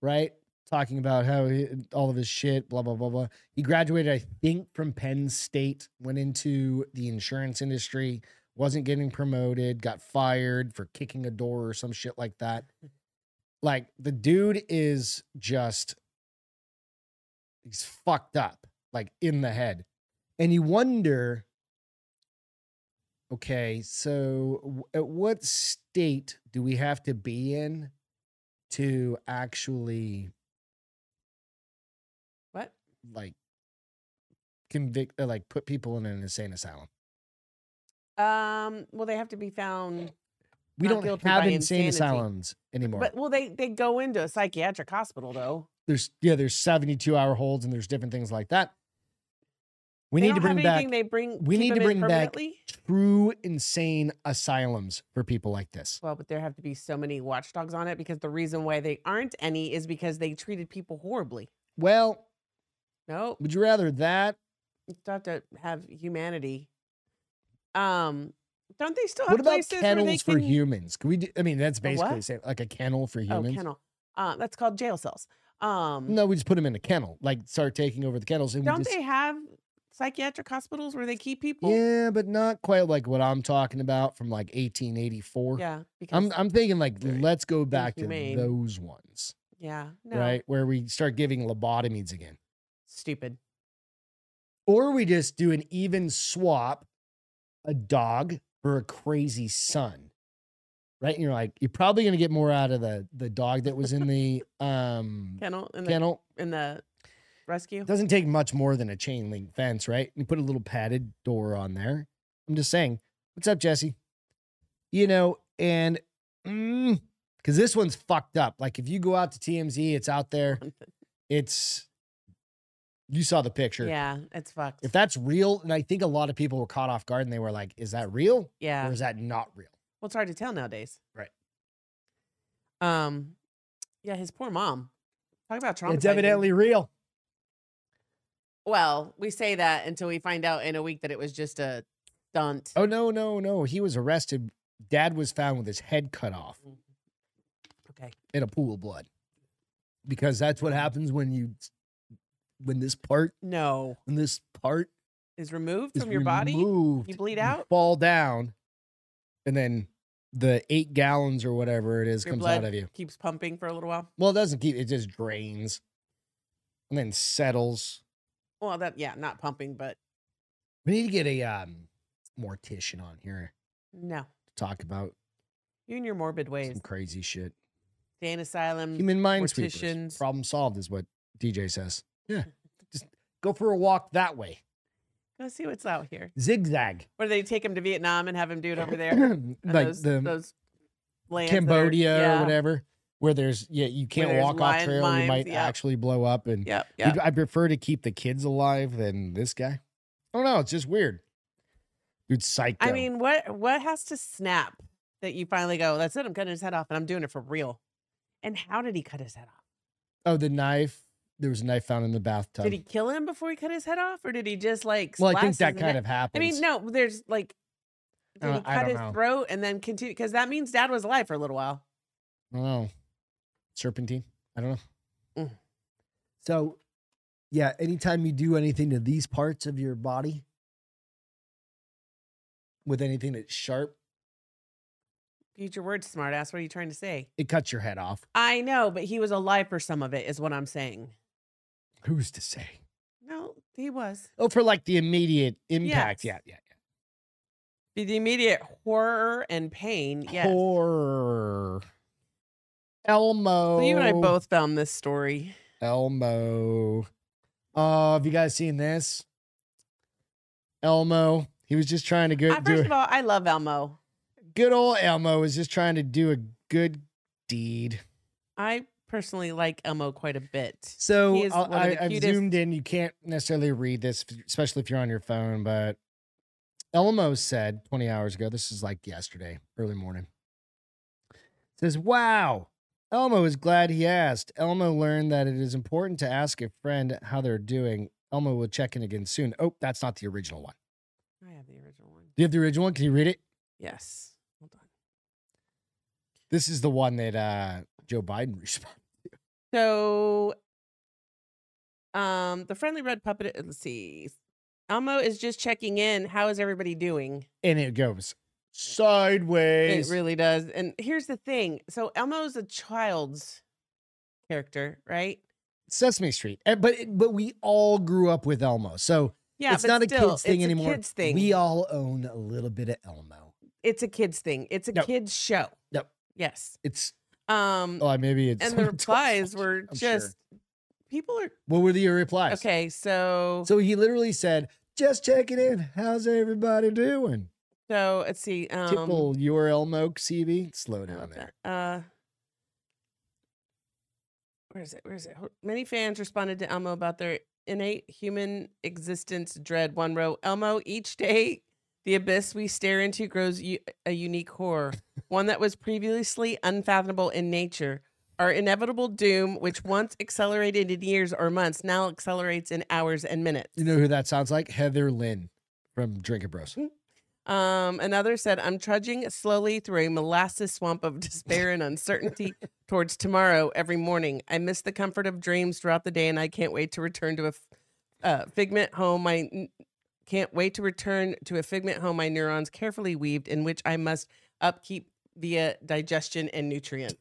[SPEAKER 2] right? Talking about how he, all of his shit, blah blah blah blah. He graduated, I think, from Penn State, went into the insurance industry, wasn't getting promoted, got fired for kicking a door or some shit like that. Like the dude is just he's fucked up, like in the head. And you wonder, okay, so w- at what state do we have to be in to actually
[SPEAKER 3] What?
[SPEAKER 2] like convict, uh, like put people in an insane asylum?
[SPEAKER 3] Um. Well, they have to be found.
[SPEAKER 2] We
[SPEAKER 3] Not
[SPEAKER 2] don't
[SPEAKER 3] guilty
[SPEAKER 2] have
[SPEAKER 3] by
[SPEAKER 2] insane
[SPEAKER 3] insanity.
[SPEAKER 2] asylums anymore.
[SPEAKER 3] But well, they they go into a psychiatric hospital though.
[SPEAKER 2] there's yeah, there's 72 hour holds and there's different things like that. We
[SPEAKER 3] They
[SPEAKER 2] need to
[SPEAKER 3] don't have
[SPEAKER 2] bring back
[SPEAKER 3] anything They bring.
[SPEAKER 2] we
[SPEAKER 3] keep
[SPEAKER 2] need to
[SPEAKER 3] 'em in
[SPEAKER 2] bring back-
[SPEAKER 3] permanently?
[SPEAKER 2] true insane asylums for people like this.
[SPEAKER 3] Well, but there have to be so many watchdogs on it because the reason why they aren't any is because they treated people horribly.
[SPEAKER 2] Well,
[SPEAKER 3] No,
[SPEAKER 2] would you rather that? Mm.
[SPEAKER 3] you still have to have humanity. Um, don't they still have
[SPEAKER 2] What about
[SPEAKER 3] places where they
[SPEAKER 2] kennels for
[SPEAKER 3] can-
[SPEAKER 2] humans? Can we? Do, I mean, that's basically
[SPEAKER 3] what?
[SPEAKER 2] the same, like a kennel for
[SPEAKER 3] Oh,
[SPEAKER 2] humans.
[SPEAKER 3] kennel. Uh, that's called jail cells. Um,
[SPEAKER 2] No, we just put them in a kennel, like start taking over the kennels, and
[SPEAKER 3] don't
[SPEAKER 2] we just.
[SPEAKER 3] they have psychiatric hospitals where they keep people?
[SPEAKER 2] yeah, but not quite like what I'm talking about from like 1884.
[SPEAKER 3] Yeah, because
[SPEAKER 2] I'm I'm thinking like
[SPEAKER 3] very
[SPEAKER 2] let's go back
[SPEAKER 3] inhumane.
[SPEAKER 2] to those ones,
[SPEAKER 3] yeah, no,
[SPEAKER 2] right? Where we start giving lobotomies again.
[SPEAKER 3] stupid.
[SPEAKER 2] Or we just do an even swap a dog for a crazy son. Right? And you're like, you're probably gonna get more out of the the dog that was in the um
[SPEAKER 3] Kennel in the
[SPEAKER 2] kennel.
[SPEAKER 3] in the rescue.
[SPEAKER 2] Doesn't take much more than a chain link fence, right? You put a little padded door on there. I'm just saying, what's up, Jesse? You know, and mm, cause this one's fucked up. Like if you go out to TMZ, it's out there. It's you saw the picture
[SPEAKER 3] Yeah, it's fucked.
[SPEAKER 2] if that's real, and I think a lot of people were caught off guard and they were like, is that real
[SPEAKER 3] yeah,
[SPEAKER 2] or is that not real?
[SPEAKER 3] Well, it's hard to tell nowadays.
[SPEAKER 2] Right.
[SPEAKER 3] Um, yeah, his poor mom. Talk about trauma.
[SPEAKER 2] It's evidently real.
[SPEAKER 3] Well, we say that until we find out in a week that it was just a stunt.
[SPEAKER 2] Oh, no, no, no. He was arrested. Dad was found with his head cut off
[SPEAKER 3] Mm-hmm. Okay. Mm-hmm.
[SPEAKER 2] in a pool of blood because that's what happens when you, when this part,
[SPEAKER 3] No,
[SPEAKER 2] when this part
[SPEAKER 3] is removed
[SPEAKER 2] is
[SPEAKER 3] from your body.
[SPEAKER 2] removed,
[SPEAKER 3] You bleed out?
[SPEAKER 2] fall down, and then the eight gallons or whatever it is
[SPEAKER 3] Your
[SPEAKER 2] comes
[SPEAKER 3] blood
[SPEAKER 2] out of you.
[SPEAKER 3] keeps pumping for a little while.
[SPEAKER 2] Well, it doesn't keep, it just drains and then settles.
[SPEAKER 3] Well, that yeah, not pumping, but
[SPEAKER 2] We need to get a um, mortician on here
[SPEAKER 3] no.
[SPEAKER 2] to talk about
[SPEAKER 3] You and your morbid ways.
[SPEAKER 2] some crazy shit.
[SPEAKER 3] Dan asylum.
[SPEAKER 2] Human mind sweepers.
[SPEAKER 3] morticians.
[SPEAKER 2] Problem solved is what DJ says. Yeah. Just go for a walk that way.
[SPEAKER 3] Go see what's out here.
[SPEAKER 2] Zigzag.
[SPEAKER 3] Or they take him to Vietnam and have him do it over there. and
[SPEAKER 2] like
[SPEAKER 3] those,
[SPEAKER 2] the
[SPEAKER 3] those lands that are-
[SPEAKER 2] Cambodia
[SPEAKER 3] yeah.
[SPEAKER 2] or whatever, where there's yeah, you can't
[SPEAKER 3] there's
[SPEAKER 2] walk off
[SPEAKER 3] lion
[SPEAKER 2] trail, you
[SPEAKER 3] mines,
[SPEAKER 2] might
[SPEAKER 3] yep.
[SPEAKER 2] actually blow up. And
[SPEAKER 3] Yep.
[SPEAKER 2] you'd-
[SPEAKER 3] Yep.
[SPEAKER 2] I prefer to keep the kids alive than this guy. I don't know, it's just weird. Dude, psycho.
[SPEAKER 3] I mean, what what has to snap that you finally go, that's it, I'm cutting his head off and I'm doing it for real. And how did he cut his head off?
[SPEAKER 2] oh, the knife. There was a knife found in the bathtub.
[SPEAKER 3] Did he kill him before he cut his head off? Or did he just like
[SPEAKER 2] well, I think
[SPEAKER 3] slice
[SPEAKER 2] that
[SPEAKER 3] his
[SPEAKER 2] kind
[SPEAKER 3] neck?
[SPEAKER 2] of
[SPEAKER 3] I
[SPEAKER 2] happens.
[SPEAKER 3] mean, no, there's like did
[SPEAKER 2] Uh,
[SPEAKER 3] he cut
[SPEAKER 2] I don't
[SPEAKER 3] his
[SPEAKER 2] know.
[SPEAKER 3] throat and then continue because that means dad was alive for a little while.
[SPEAKER 2] I don't know. Serpentine. I don't know.
[SPEAKER 3] Mm.
[SPEAKER 2] So, yeah, anytime you do anything to these parts of your body with anything that's sharp,
[SPEAKER 3] Future words, smartass. What are you trying to say?
[SPEAKER 2] it cuts your head off.
[SPEAKER 3] I know, but he was alive for some of it, is what I'm saying.
[SPEAKER 2] Who's to say?
[SPEAKER 3] No, he was.
[SPEAKER 2] Oh, for like the immediate impact.
[SPEAKER 3] Yes.
[SPEAKER 2] Yeah, yeah.
[SPEAKER 3] The the immediate horror and pain.
[SPEAKER 2] yeah.
[SPEAKER 3] Yes.
[SPEAKER 2] Horror. Elmo.
[SPEAKER 3] So you and
[SPEAKER 2] Oh.
[SPEAKER 3] I both found this story.
[SPEAKER 2] Elmo. Uh, have you guys seen this? Elmo. He was just trying to go,
[SPEAKER 3] I,
[SPEAKER 2] do
[SPEAKER 3] first
[SPEAKER 2] a-
[SPEAKER 3] of all, I love Elmo.
[SPEAKER 2] good old Elmo was just trying to do a good deed.
[SPEAKER 3] I personally like Elmo quite a bit.
[SPEAKER 2] So
[SPEAKER 3] He is
[SPEAKER 2] I'll-
[SPEAKER 3] one of
[SPEAKER 2] I,
[SPEAKER 3] the
[SPEAKER 2] I've
[SPEAKER 3] cutest-
[SPEAKER 2] zoomed in. You can't necessarily read this, f- especially if you're on your phone. But Elmo said 20 hours ago, this is like yesterday, early morning, says, Wow, Elmo is glad he asked. Elmo learned that it is important to ask a friend how they're doing. Elmo will check in again soon. Oh, that's not the original one.
[SPEAKER 3] I have the original one.
[SPEAKER 2] Do you have the original one? Can you read it?
[SPEAKER 3] Yes. Hold on.
[SPEAKER 2] This is the one that uh, Joe Biden responded.
[SPEAKER 3] So, um, the friendly red puppet. Let's see. Elmo is just checking in. How is everybody doing?
[SPEAKER 2] And it goes sideways.
[SPEAKER 3] It really does. And here's the thing. So Elmo's a child's character, right?
[SPEAKER 2] Sesame Street. Eh, But it- but we all grew up with Elmo, so
[SPEAKER 3] Yeah,
[SPEAKER 2] it's
[SPEAKER 3] but
[SPEAKER 2] not
[SPEAKER 3] still,
[SPEAKER 2] a kids thing
[SPEAKER 3] it's
[SPEAKER 2] anymore.
[SPEAKER 3] A kids thing.
[SPEAKER 2] We all own a little bit of Elmo.
[SPEAKER 3] it's a kids thing. It's a
[SPEAKER 2] No.
[SPEAKER 3] kids show.
[SPEAKER 2] Nope.
[SPEAKER 3] Yes.
[SPEAKER 2] It's
[SPEAKER 3] Um,
[SPEAKER 2] oh, maybe it's
[SPEAKER 3] and the replies were
[SPEAKER 2] I'm sure.
[SPEAKER 3] just people are
[SPEAKER 2] What were the replies?
[SPEAKER 3] okay. So, so
[SPEAKER 2] So he literally said, "Just checking in. How's everybody doing?"
[SPEAKER 3] let's see. Um,
[SPEAKER 2] Typical URL Elmo CV. Slow
[SPEAKER 3] I
[SPEAKER 2] down
[SPEAKER 3] love
[SPEAKER 2] there.
[SPEAKER 3] that. Uh, where is it? Where is it? Hold- Many fans responded to Elmo about their innate human existence dread. One row, Elmo. Each day, the abyss we stare into grows u- a unique horror, one that was previously unfathomable in nature. Our inevitable doom, which once accelerated in years or months, now accelerates in hours and minutes.
[SPEAKER 2] You know who that sounds like? Heather Lynn from Drinking Bros.
[SPEAKER 3] Um, another said, I'm trudging slowly through a molasses swamp of despair and uncertainty towards tomorrow every morning. I miss the comfort of dreams throughout the day, and I can't wait to return to a f- uh, figment home. I n- can't wait to return to a figment home my neurons carefully weaved, in which I must upkeep via digestion and nutrients.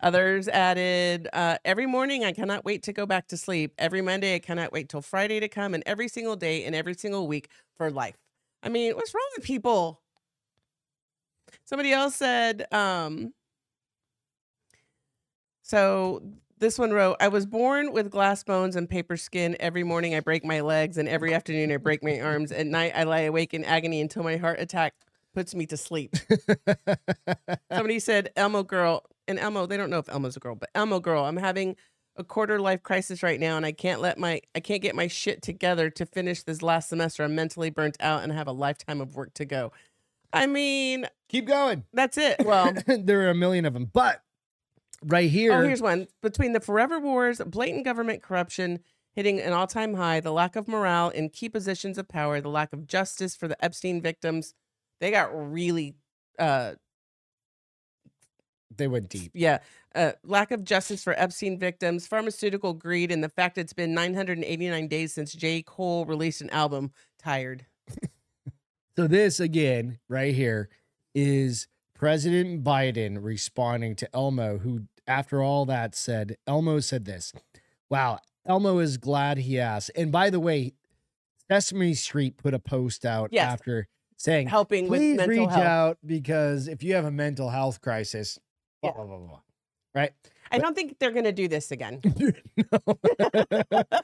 [SPEAKER 3] Others added, uh, every morning I cannot wait to go back to sleep. Every Monday I cannot wait till Friday to come, and every single day and every single week for life. I mean, what's wrong with people? Somebody else said, um, so this one wrote, I was born with glass bones and paper skin. Every morning I break my legs, and every afternoon I break my arms. At night I lie awake in agony until my heart attack puts me to sleep. Somebody said Elmo girl and Elmo. They don't know if Elmo's a girl, but Elmo girl. I'm having a quarter life crisis right now, and I can't let my I can't get my shit together to finish this last semester. I'm mentally burnt out and have a lifetime of work to go. I mean,
[SPEAKER 2] Keep going.
[SPEAKER 3] that's it. Well,
[SPEAKER 2] there are a million of them, but right here,
[SPEAKER 3] Oh, here's one. Between the forever wars, blatant government corruption hitting an all time high, the lack of morale in key positions of power, the lack of justice for the Epstein victims, they got really, uh,
[SPEAKER 2] they went deep.
[SPEAKER 3] yeah, uh, lack of justice for Epstein victims, pharmaceutical greed, and the fact it's been 989 days since J. Cole released an album, Tired.
[SPEAKER 2] So this again, right here, is President Biden responding to Elmo, who, after all that, said Elmo said this: "Wow, Elmo is glad he asked. And by the way, Sesame Street put a post out
[SPEAKER 3] Yes.
[SPEAKER 2] after saying,
[SPEAKER 3] helping with
[SPEAKER 2] please
[SPEAKER 3] mental
[SPEAKER 2] reach
[SPEAKER 3] health.
[SPEAKER 2] out because if you have a mental health crisis, blah,
[SPEAKER 3] Yeah.
[SPEAKER 2] blah, blah, blah. Right?
[SPEAKER 3] I don't think they're going to do this again.
[SPEAKER 2] No.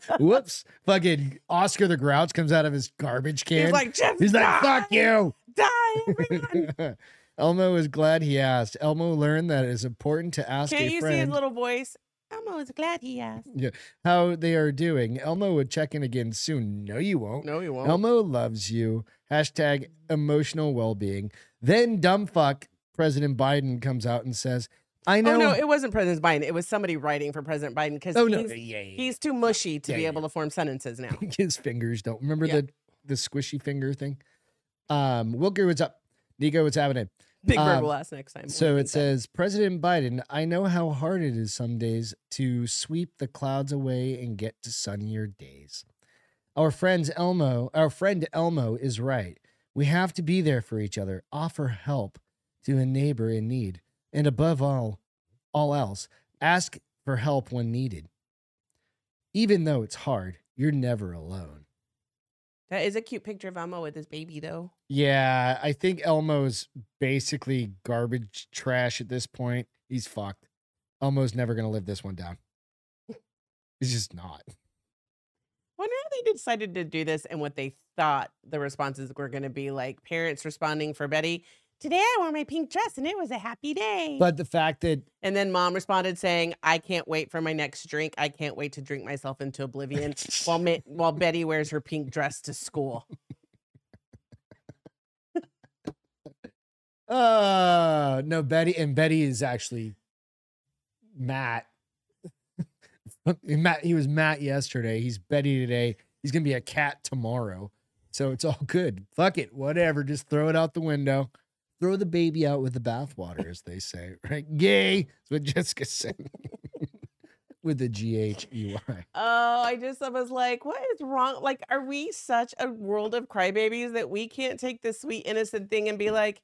[SPEAKER 2] Whoops. Fucking Oscar the Grouch comes out of his garbage can.
[SPEAKER 3] He's like, Jeff,
[SPEAKER 2] He's like,
[SPEAKER 3] die,
[SPEAKER 2] fuck you.
[SPEAKER 3] Die, everyone.
[SPEAKER 2] Elmo is glad he asked. Elmo learned that it is important to ask
[SPEAKER 3] Can't
[SPEAKER 2] a
[SPEAKER 3] you see his
[SPEAKER 2] friend
[SPEAKER 3] little voice? Elmo is glad he asked.
[SPEAKER 2] how they are doing. Elmo would check in again soon. No, you won't.
[SPEAKER 3] No, he won't.
[SPEAKER 2] Elmo loves you. Hashtag emotional well being. Then dumb fuck President Biden comes out and says, I know.
[SPEAKER 3] oh, no, it wasn't President Biden. It was somebody writing for President Biden because
[SPEAKER 2] Oh, no.
[SPEAKER 3] he's,
[SPEAKER 2] Yeah, yeah, yeah.
[SPEAKER 3] he's too mushy to
[SPEAKER 2] Yeah,
[SPEAKER 3] be
[SPEAKER 2] yeah,
[SPEAKER 3] able to form sentences now.
[SPEAKER 2] his fingers don't remember
[SPEAKER 3] Yeah.
[SPEAKER 2] the the squishy finger thing. Um, Wilker, what's up? Nico, what's happening?
[SPEAKER 3] Big
[SPEAKER 2] Um,
[SPEAKER 3] Bird will ask next time.
[SPEAKER 2] So
[SPEAKER 3] what
[SPEAKER 2] it
[SPEAKER 3] he said.
[SPEAKER 2] says, President Biden, I know how hard it is some days to sweep the clouds away and get to sunnier days. Our friends Elmo, our friend Elmo is right. We have to be there for each other, offer help to a neighbor in need, and above all, all else, ask for help when needed. Even though it's hard, you're never alone.
[SPEAKER 3] that is a cute picture of Elmo with his baby, though.
[SPEAKER 2] Yeah, I think Elmo's basically garbage trash at this point. He's fucked. Elmo's never gonna live this one down. He's just not.
[SPEAKER 3] Wonder how they decided to do this and what they thought the responses were going to be like. Parents responding for Betty, today I wore my pink dress and it was a happy day.
[SPEAKER 2] But the fact that
[SPEAKER 3] and then mom responded saying, I can't wait for my next drink. I can't wait to drink myself into oblivion while, Ma- while Betty wears her pink dress to school.
[SPEAKER 2] uh no, Betty and Betty is actually Matt. Matt he was Matt yesterday. He's Betty today. He's gonna be a cat tomorrow. So it's all good. Fuck it. Whatever. Just throw it out the window. Throw the baby out with the bathwater, as they say, right? Yay. That's what Jessica said. with the G H E Y.
[SPEAKER 3] Oh, I just I was like, what is wrong? Like, are we such a world of crybabies that we can't take this sweet innocent thing and be like,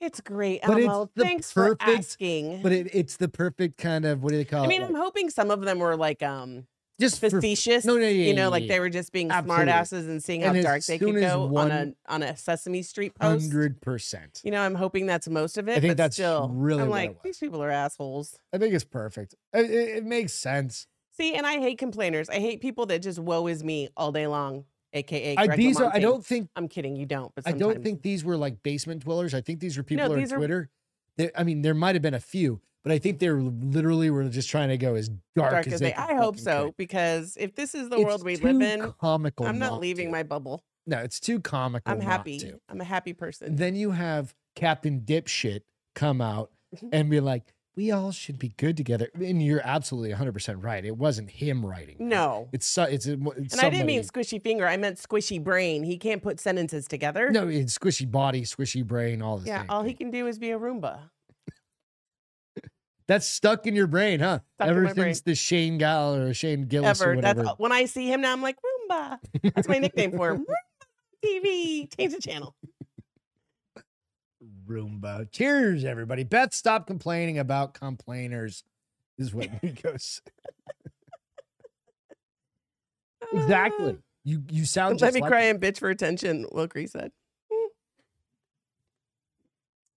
[SPEAKER 3] it's great,
[SPEAKER 2] But it's
[SPEAKER 3] Elmo.
[SPEAKER 2] the
[SPEAKER 3] Thanks for
[SPEAKER 2] perfect-
[SPEAKER 3] asking.
[SPEAKER 2] But it, it's the perfect kind of what do they call
[SPEAKER 3] I
[SPEAKER 2] it?
[SPEAKER 3] mean,
[SPEAKER 2] Oh, Like,
[SPEAKER 3] I'm hoping some of them were like um
[SPEAKER 2] just for-
[SPEAKER 3] facetious.
[SPEAKER 2] No, no, yeah,
[SPEAKER 3] you know,
[SPEAKER 2] yeah,
[SPEAKER 3] like
[SPEAKER 2] yeah,
[SPEAKER 3] they were just being
[SPEAKER 2] Absolutely.
[SPEAKER 3] smart asses and seeing how
[SPEAKER 2] And as
[SPEAKER 3] dark they
[SPEAKER 2] soon
[SPEAKER 3] could
[SPEAKER 2] as
[SPEAKER 3] go on a
[SPEAKER 2] one-
[SPEAKER 3] on a Sesame Street post.
[SPEAKER 2] hundred percent.
[SPEAKER 3] You know, I'm hoping that's most of it.
[SPEAKER 2] think
[SPEAKER 3] but
[SPEAKER 2] that's
[SPEAKER 3] still,
[SPEAKER 2] really
[SPEAKER 3] I'm
[SPEAKER 2] what it
[SPEAKER 3] like, these people are assholes.
[SPEAKER 2] I think it's perfect. It, it- it makes sense.
[SPEAKER 3] See, and I hate complainers. I hate people that just woe is me all day long, aka
[SPEAKER 2] I,
[SPEAKER 3] Greg
[SPEAKER 2] these are, I
[SPEAKER 3] LaMontagne.
[SPEAKER 2] don't think
[SPEAKER 3] I'm kidding, you don't. But
[SPEAKER 2] I
[SPEAKER 3] sometimes.
[SPEAKER 2] don't think these were like basement dwellers. I think these were people on
[SPEAKER 3] these are-
[SPEAKER 2] Twitter. There- I mean, there might have been a few, but I think they were literally were just trying to go as dark,
[SPEAKER 3] dark as they.
[SPEAKER 2] could
[SPEAKER 3] I hope
[SPEAKER 2] fucking
[SPEAKER 3] so
[SPEAKER 2] go.
[SPEAKER 3] because if this is the
[SPEAKER 2] It's
[SPEAKER 3] world we
[SPEAKER 2] too
[SPEAKER 3] live in,
[SPEAKER 2] comical.
[SPEAKER 3] I'm not
[SPEAKER 2] not
[SPEAKER 3] leaving
[SPEAKER 2] to.
[SPEAKER 3] my bubble.
[SPEAKER 2] No, it's too comical.
[SPEAKER 3] I'm
[SPEAKER 2] not
[SPEAKER 3] happy.
[SPEAKER 2] to.
[SPEAKER 3] I'm a happy person.
[SPEAKER 2] And then you have Captain Dipshit come out and be like, "We all should be good together." And you're absolutely 100 percent right. It wasn't him writing. that.
[SPEAKER 3] no.
[SPEAKER 2] it's so- it's, it's
[SPEAKER 3] And I didn't mean squishy finger. I meant squishy brain. He can't put sentences together.
[SPEAKER 2] no. It's squishy body, squishy brain, all this.
[SPEAKER 3] Yeah, all he can do is be a Roomba.
[SPEAKER 2] That's stuck in your brain, huh?
[SPEAKER 3] Stuck in
[SPEAKER 2] Ever
[SPEAKER 3] my
[SPEAKER 2] since
[SPEAKER 3] brain.
[SPEAKER 2] the Shane Gall or Shane Gillis or
[SPEAKER 3] Ever. That's
[SPEAKER 2] whatever.
[SPEAKER 3] when I see him now. I'm like Roomba. That's my nickname for him. Roomba TV. Change the channel.
[SPEAKER 2] Roomba. Cheers, everybody. Beth, stop complaining about complainers, is what Nico said. exactly. You you
[SPEAKER 3] Ah.
[SPEAKER 2] sound
[SPEAKER 3] Let
[SPEAKER 2] just
[SPEAKER 3] me
[SPEAKER 2] like
[SPEAKER 3] cry and bitch for attention. Wilkrie said.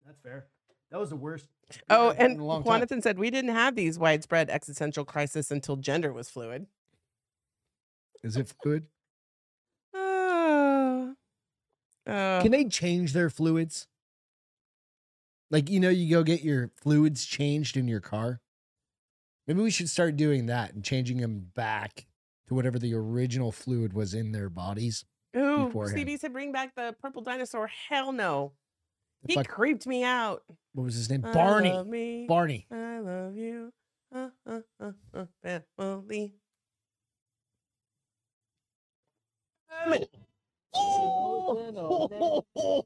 [SPEAKER 2] That's fair. That was the worst. we've
[SPEAKER 3] Oh,
[SPEAKER 2] ever had
[SPEAKER 3] and
[SPEAKER 2] in a long time.
[SPEAKER 3] Juanathan said we didn't have these widespread existential crisis until gender was fluid.
[SPEAKER 2] is it fluid?
[SPEAKER 3] Oh. Oh.
[SPEAKER 2] Can they change their fluids? Like you know, you go get your fluids changed in your car. Maybe we should start doing that and changing them back to whatever the original fluid was in their bodies.
[SPEAKER 3] Ooh,
[SPEAKER 2] beforehand.
[SPEAKER 3] CB said bring back the purple dinosaur. Hell no.
[SPEAKER 2] The
[SPEAKER 3] He
[SPEAKER 2] fuck-
[SPEAKER 3] creeped me out.
[SPEAKER 2] what was his name?
[SPEAKER 3] I
[SPEAKER 2] Barney.
[SPEAKER 3] love me.
[SPEAKER 2] Barney.
[SPEAKER 3] I love you. Uh, uh, uh, uh, family.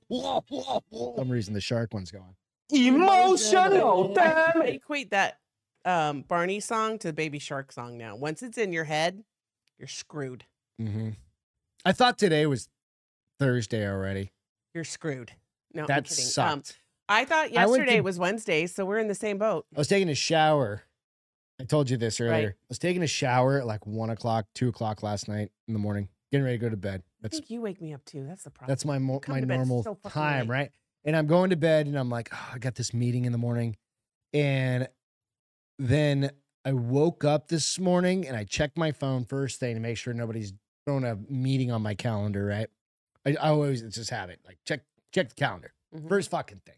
[SPEAKER 2] For some reason the shark one's going.
[SPEAKER 4] Emotional
[SPEAKER 3] I
[SPEAKER 4] damage.
[SPEAKER 3] equate that um, Barney song to the Baby Shark song now. Once it's in your head, you're screwed.
[SPEAKER 2] Mm-hmm. I thought today was Thursday already.
[SPEAKER 3] You're screwed. No, I'm
[SPEAKER 2] That
[SPEAKER 3] kidding.
[SPEAKER 2] sucked.
[SPEAKER 3] Um, I thought
[SPEAKER 2] I went
[SPEAKER 3] yesterday
[SPEAKER 2] to-
[SPEAKER 3] was Wednesday, so we're in the same boat.
[SPEAKER 2] I was taking a shower I told you this earlier.
[SPEAKER 3] Right.
[SPEAKER 2] I was taking a shower at like one o'clock, two o'clock last night in the morning, getting ready to go to bed.
[SPEAKER 3] I
[SPEAKER 2] That's
[SPEAKER 3] think you wake me up too. That's the problem.
[SPEAKER 2] that's my mo-
[SPEAKER 3] Come
[SPEAKER 2] my
[SPEAKER 3] to bed
[SPEAKER 2] normal
[SPEAKER 3] so fucking
[SPEAKER 2] time,
[SPEAKER 3] late.
[SPEAKER 2] right? And I'm going to bed, and I'm like, oh, I got this meeting in the morning, and then I woke up this morning and I checked my phone first thing to make sure nobody's throwing a meeting on my calendar, right? I, I always it's just habit, like check check the calendar
[SPEAKER 3] Mhm.
[SPEAKER 2] first fucking thing.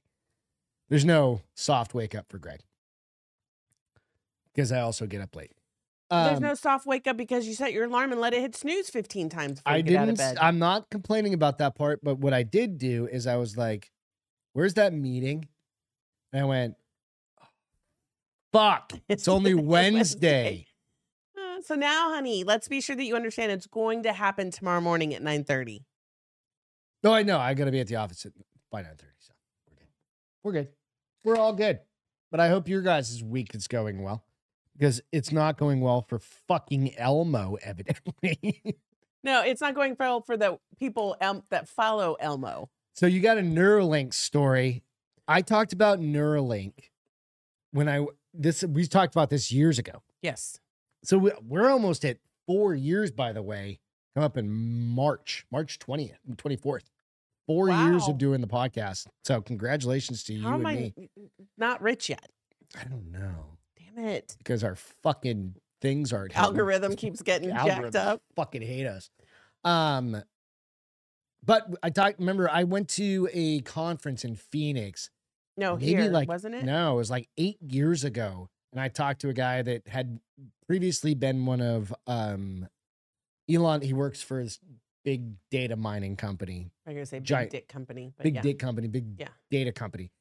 [SPEAKER 2] There's no soft wake up for Greg because I also get up late.
[SPEAKER 3] There's
[SPEAKER 2] Um,
[SPEAKER 3] no soft wake up because you set your alarm and let it hit snooze 15 times before
[SPEAKER 2] I
[SPEAKER 3] you get out of
[SPEAKER 2] didn't. s-
[SPEAKER 3] bed.
[SPEAKER 2] I'm not complaining about that part, but what I did do is I was like, "Where's that meeting?" And I went, "Fuck! It's only Wednesday."
[SPEAKER 3] Uh, so now, honey, let's be sure that you understand it's going to happen tomorrow morning at 9:30.
[SPEAKER 2] No, Oh, I know I gotta be at the office at, by nine thirty. So we're good. We're good. We're all good. But I hope your guys' week is going well because it's not going well for fucking Elmo, evidently.
[SPEAKER 3] No, it's not going well for the people um, that follow Elmo.
[SPEAKER 2] So you got a Neuralink story. I talked about Neuralink when I this we talked about this years ago.
[SPEAKER 3] Yes.
[SPEAKER 2] So we- we're almost at four years, by the way. Come up in March, March twentieth, twenty fourth. Four years
[SPEAKER 3] Wow.
[SPEAKER 2] of doing the podcast. So congratulations to you
[SPEAKER 3] How
[SPEAKER 2] and
[SPEAKER 3] am I
[SPEAKER 2] me.
[SPEAKER 3] n- not rich yet?
[SPEAKER 2] I don't know
[SPEAKER 3] Damn it.
[SPEAKER 2] because our fucking things aren't helping.
[SPEAKER 3] Algorithm keeps getting jacked
[SPEAKER 2] Algorithms
[SPEAKER 3] up.
[SPEAKER 2] Fucking hate us. Um, but I talked. Remember, I went to a conference in Phoenix
[SPEAKER 3] No,
[SPEAKER 2] Maybe,
[SPEAKER 3] here,
[SPEAKER 2] like,
[SPEAKER 3] wasn't it?
[SPEAKER 2] No, it was like eight years ago. And I talked to a guy that had previously been one of um Elon, he works for this big data mining company,
[SPEAKER 3] I'm going to say big
[SPEAKER 2] Giant.
[SPEAKER 3] dick company. But
[SPEAKER 2] big
[SPEAKER 3] yeah.
[SPEAKER 2] data company, big
[SPEAKER 3] Yeah.
[SPEAKER 2] data company.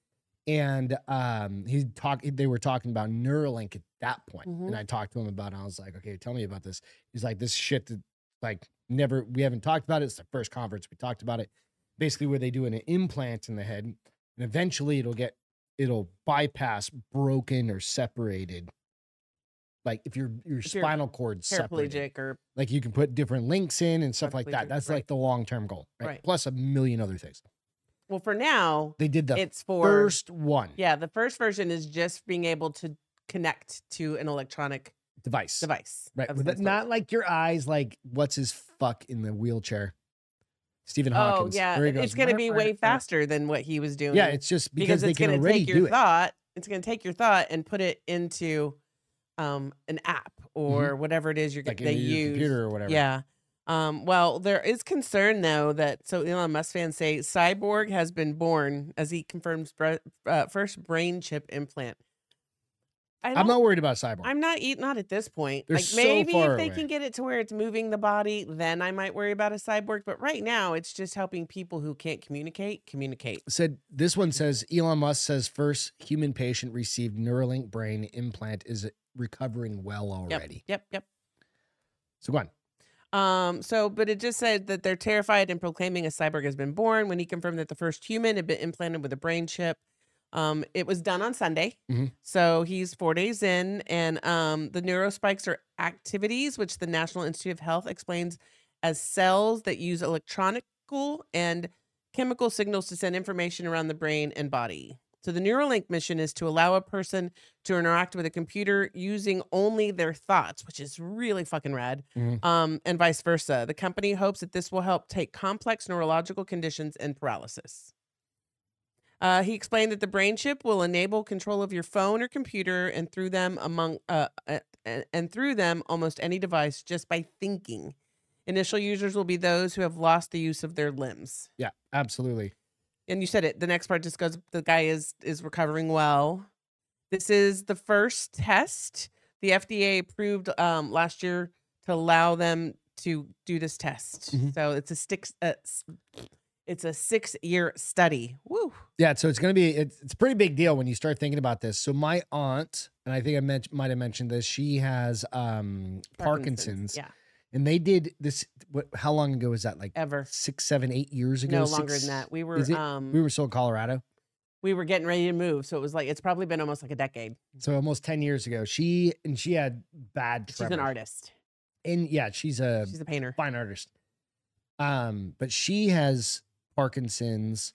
[SPEAKER 2] And um he talked they were talking about Neuralink at that point.
[SPEAKER 3] Mhm.
[SPEAKER 2] And I talked to him about it. I was like, okay, tell me about this. He's like, this shit that like never we haven't talked about it. It's the first conference we talked about it. Basically, where they do an implant in the head, and eventually it'll get it'll bypass broken or separated. Like if your your
[SPEAKER 3] If you're
[SPEAKER 2] spinal cord's separated
[SPEAKER 3] Paraplegic or
[SPEAKER 2] like you can put different links in and stuff like
[SPEAKER 3] Paraplegic,
[SPEAKER 2] that. That's
[SPEAKER 3] right.
[SPEAKER 2] like the long term goal, right?
[SPEAKER 3] Right.
[SPEAKER 2] Plus a million other things.
[SPEAKER 3] well, for now,
[SPEAKER 2] They did the
[SPEAKER 3] it's for
[SPEAKER 2] first one
[SPEAKER 3] yeah. The first version is just being able to connect to an electronic
[SPEAKER 2] device,
[SPEAKER 3] device.
[SPEAKER 2] right?
[SPEAKER 3] of
[SPEAKER 2] But
[SPEAKER 3] some
[SPEAKER 2] that-
[SPEAKER 3] sort.
[SPEAKER 2] not like your eyes, like what's his fuck in the wheelchair, Stephen
[SPEAKER 3] Oh
[SPEAKER 2] Hawkins.
[SPEAKER 3] yeah,
[SPEAKER 2] where he
[SPEAKER 3] it's
[SPEAKER 2] goes,
[SPEAKER 3] going to
[SPEAKER 2] "Rah,
[SPEAKER 3] be
[SPEAKER 2] rah,
[SPEAKER 3] way
[SPEAKER 2] rah."
[SPEAKER 3] faster than what he was doing.
[SPEAKER 2] Yeah, it's just
[SPEAKER 3] because,
[SPEAKER 2] because, they
[SPEAKER 3] it's
[SPEAKER 2] can
[SPEAKER 3] going to
[SPEAKER 2] already
[SPEAKER 3] take your
[SPEAKER 2] do it.
[SPEAKER 3] thought. It's going to take your thought and put it into um, an app or whatever it is you're going
[SPEAKER 2] Mm-hmm. Like
[SPEAKER 3] to they
[SPEAKER 2] in your
[SPEAKER 3] use.
[SPEAKER 2] computer or whatever.
[SPEAKER 3] Yeah. Um, well, there is concern though that so Elon Musk fans say Cyborg has been born as he confirms bre- uh, first brain chip implant. I
[SPEAKER 2] I'm
[SPEAKER 3] don't-
[SPEAKER 2] not worried about cyborg.
[SPEAKER 3] I'm not eat not at this point.
[SPEAKER 2] They're
[SPEAKER 3] like
[SPEAKER 2] so
[SPEAKER 3] maybe
[SPEAKER 2] far
[SPEAKER 3] if they
[SPEAKER 2] away.
[SPEAKER 3] can get it to where it's moving the body, then I might worry about a cyborg. But right now, it's just helping people who can't communicate communicate.
[SPEAKER 2] Said this one says Elon Musk says first human patient received Neuralink brain implant is recovering well already.
[SPEAKER 3] Yep, yep.
[SPEAKER 2] So go on.
[SPEAKER 3] Um, so, but it just said that they're terrified and proclaiming a cyborg has been born when he confirmed that the first human had been implanted with a brain chip. Um, it was done on Sunday.
[SPEAKER 2] Mhm.
[SPEAKER 3] So he's four days in, and um, the neurospikes are activities which the National Institute of Health explains as cells that use electronical and chemical signals to send information around the brain and body. So the Neuralink mission is to allow a person to interact with a computer using only their thoughts, which is really fucking rad um, and vice versa. The company hopes that this will help take complex neurological conditions and paralysis. Uh, he explained that the brain chip will enable control of your phone or computer, and through them among uh, uh, and, and through them almost any device just by thinking. Initial users will be those who have lost the use of their limbs.
[SPEAKER 2] Yeah, absolutely.
[SPEAKER 3] And you said it. The next part just goes. The guy is is recovering well. This is the first test the FDA approved um, last year to allow them to do this test.
[SPEAKER 2] Mhm.
[SPEAKER 3] So it's a six. Uh, s- it's a six year study. Woo.
[SPEAKER 2] Yeah, so it's gonna be it's, it's a pretty big deal when you start thinking about this. So my aunt, and I think I men- might have mentioned this, she has um Parkinson's,
[SPEAKER 3] Yeah.
[SPEAKER 2] and they did this. What? How long ago was that? Like
[SPEAKER 3] Ever.
[SPEAKER 2] six, seven, eight years ago.
[SPEAKER 3] No longer
[SPEAKER 2] Six-
[SPEAKER 3] than that. We were
[SPEAKER 2] is it-
[SPEAKER 3] um
[SPEAKER 2] We were still in Colorado,
[SPEAKER 3] we were getting ready to move, so it was like it's probably been almost like a decade.
[SPEAKER 2] so almost ten years ago. She and she had bad.
[SPEAKER 3] She's an
[SPEAKER 2] tremors.
[SPEAKER 3] artist.
[SPEAKER 2] and yeah, she's a
[SPEAKER 3] She's a painter.
[SPEAKER 2] fine artist. Um, but she has Parkinson's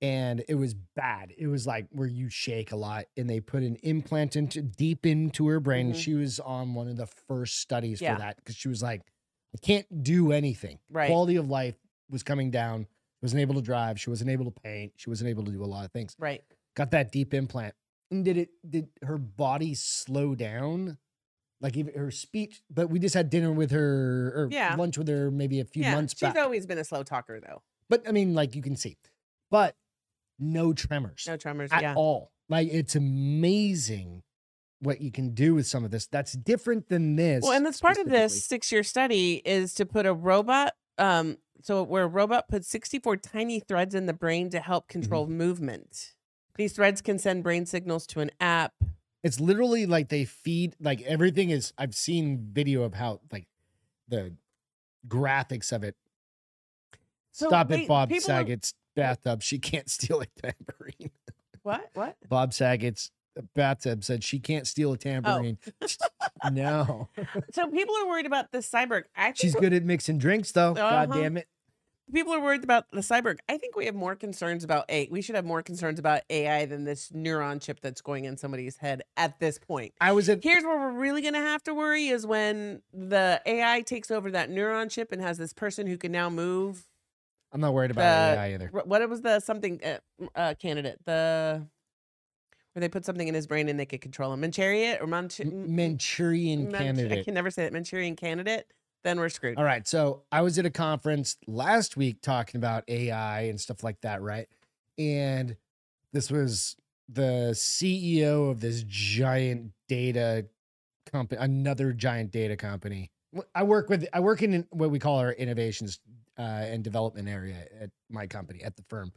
[SPEAKER 2] and it was bad. It was like where you shake a lot, and they put an implant into deep into her brain. and
[SPEAKER 3] Mhm.
[SPEAKER 2] She was on one of the first studies
[SPEAKER 3] Yeah.
[SPEAKER 2] for that because she was like, I can't do anything.
[SPEAKER 3] Right.
[SPEAKER 2] Quality of life was coming down. Wasn't able to drive. She wasn't able to paint. She wasn't able to do a lot of things.
[SPEAKER 3] Right.
[SPEAKER 2] Got that deep implant. And did it? Did her body slow down? Like even her speech. But we just had dinner with her or
[SPEAKER 3] Yeah.
[SPEAKER 2] lunch with her maybe a few
[SPEAKER 3] yeah.
[SPEAKER 2] months
[SPEAKER 3] She's
[SPEAKER 2] back.
[SPEAKER 3] always been a slow talker though.
[SPEAKER 2] But I mean, like you can see, but no tremors
[SPEAKER 3] No tremors.
[SPEAKER 2] at
[SPEAKER 3] yeah.
[SPEAKER 2] all. Like it's amazing what you can do with some of this. That's different than this.
[SPEAKER 3] Well, and that's part of this
[SPEAKER 2] specifically.
[SPEAKER 3] six year study is to put a robot, um, so where a robot puts 64 tiny threads in the brain to help control movement. These threads can send brain signals to an app.
[SPEAKER 2] It's literally like they feed like everything is. I've seen video of how like the graphics of it.
[SPEAKER 3] So
[SPEAKER 2] Stop
[SPEAKER 3] wait,
[SPEAKER 2] it, Bob
[SPEAKER 3] people are-
[SPEAKER 2] Saget's bathtub. She can't steal a tambourine.
[SPEAKER 3] What? What?
[SPEAKER 2] Bob Saget's bathtub said she can't steal a tambourine. no,
[SPEAKER 3] So people are worried about this cyborg. I think
[SPEAKER 2] she's
[SPEAKER 3] we-
[SPEAKER 2] good at mixing drinks though. God
[SPEAKER 3] Uh-huh.
[SPEAKER 2] damn it.
[SPEAKER 3] people are worried about the cyborg. I think we have more concerns about a. We should have more concerns about AI than this neuron chip that's going in somebody's head at this point.
[SPEAKER 2] I was at
[SPEAKER 3] Here's where we're really going to have to worry is when the AI takes over that neuron chip and has this person who can now move.
[SPEAKER 2] I'm not worried about
[SPEAKER 3] The-
[SPEAKER 2] AI either.
[SPEAKER 3] wh- What was the something uh, m- uh, candidate? The where they put something in his brain and they could control him. Manchariot or Manch-
[SPEAKER 2] M- Manchurian
[SPEAKER 3] Manch- I
[SPEAKER 2] candidate.
[SPEAKER 3] can never say that. Manchurian candidate. Then we're screwed.
[SPEAKER 2] All right. So I was at a conference last week talking about AI and stuff like that, right? And this was the CEO of this giant data company, another giant data company. Wh- I work with, I work in what we call our innovations uh, and development area at my company, at the firm.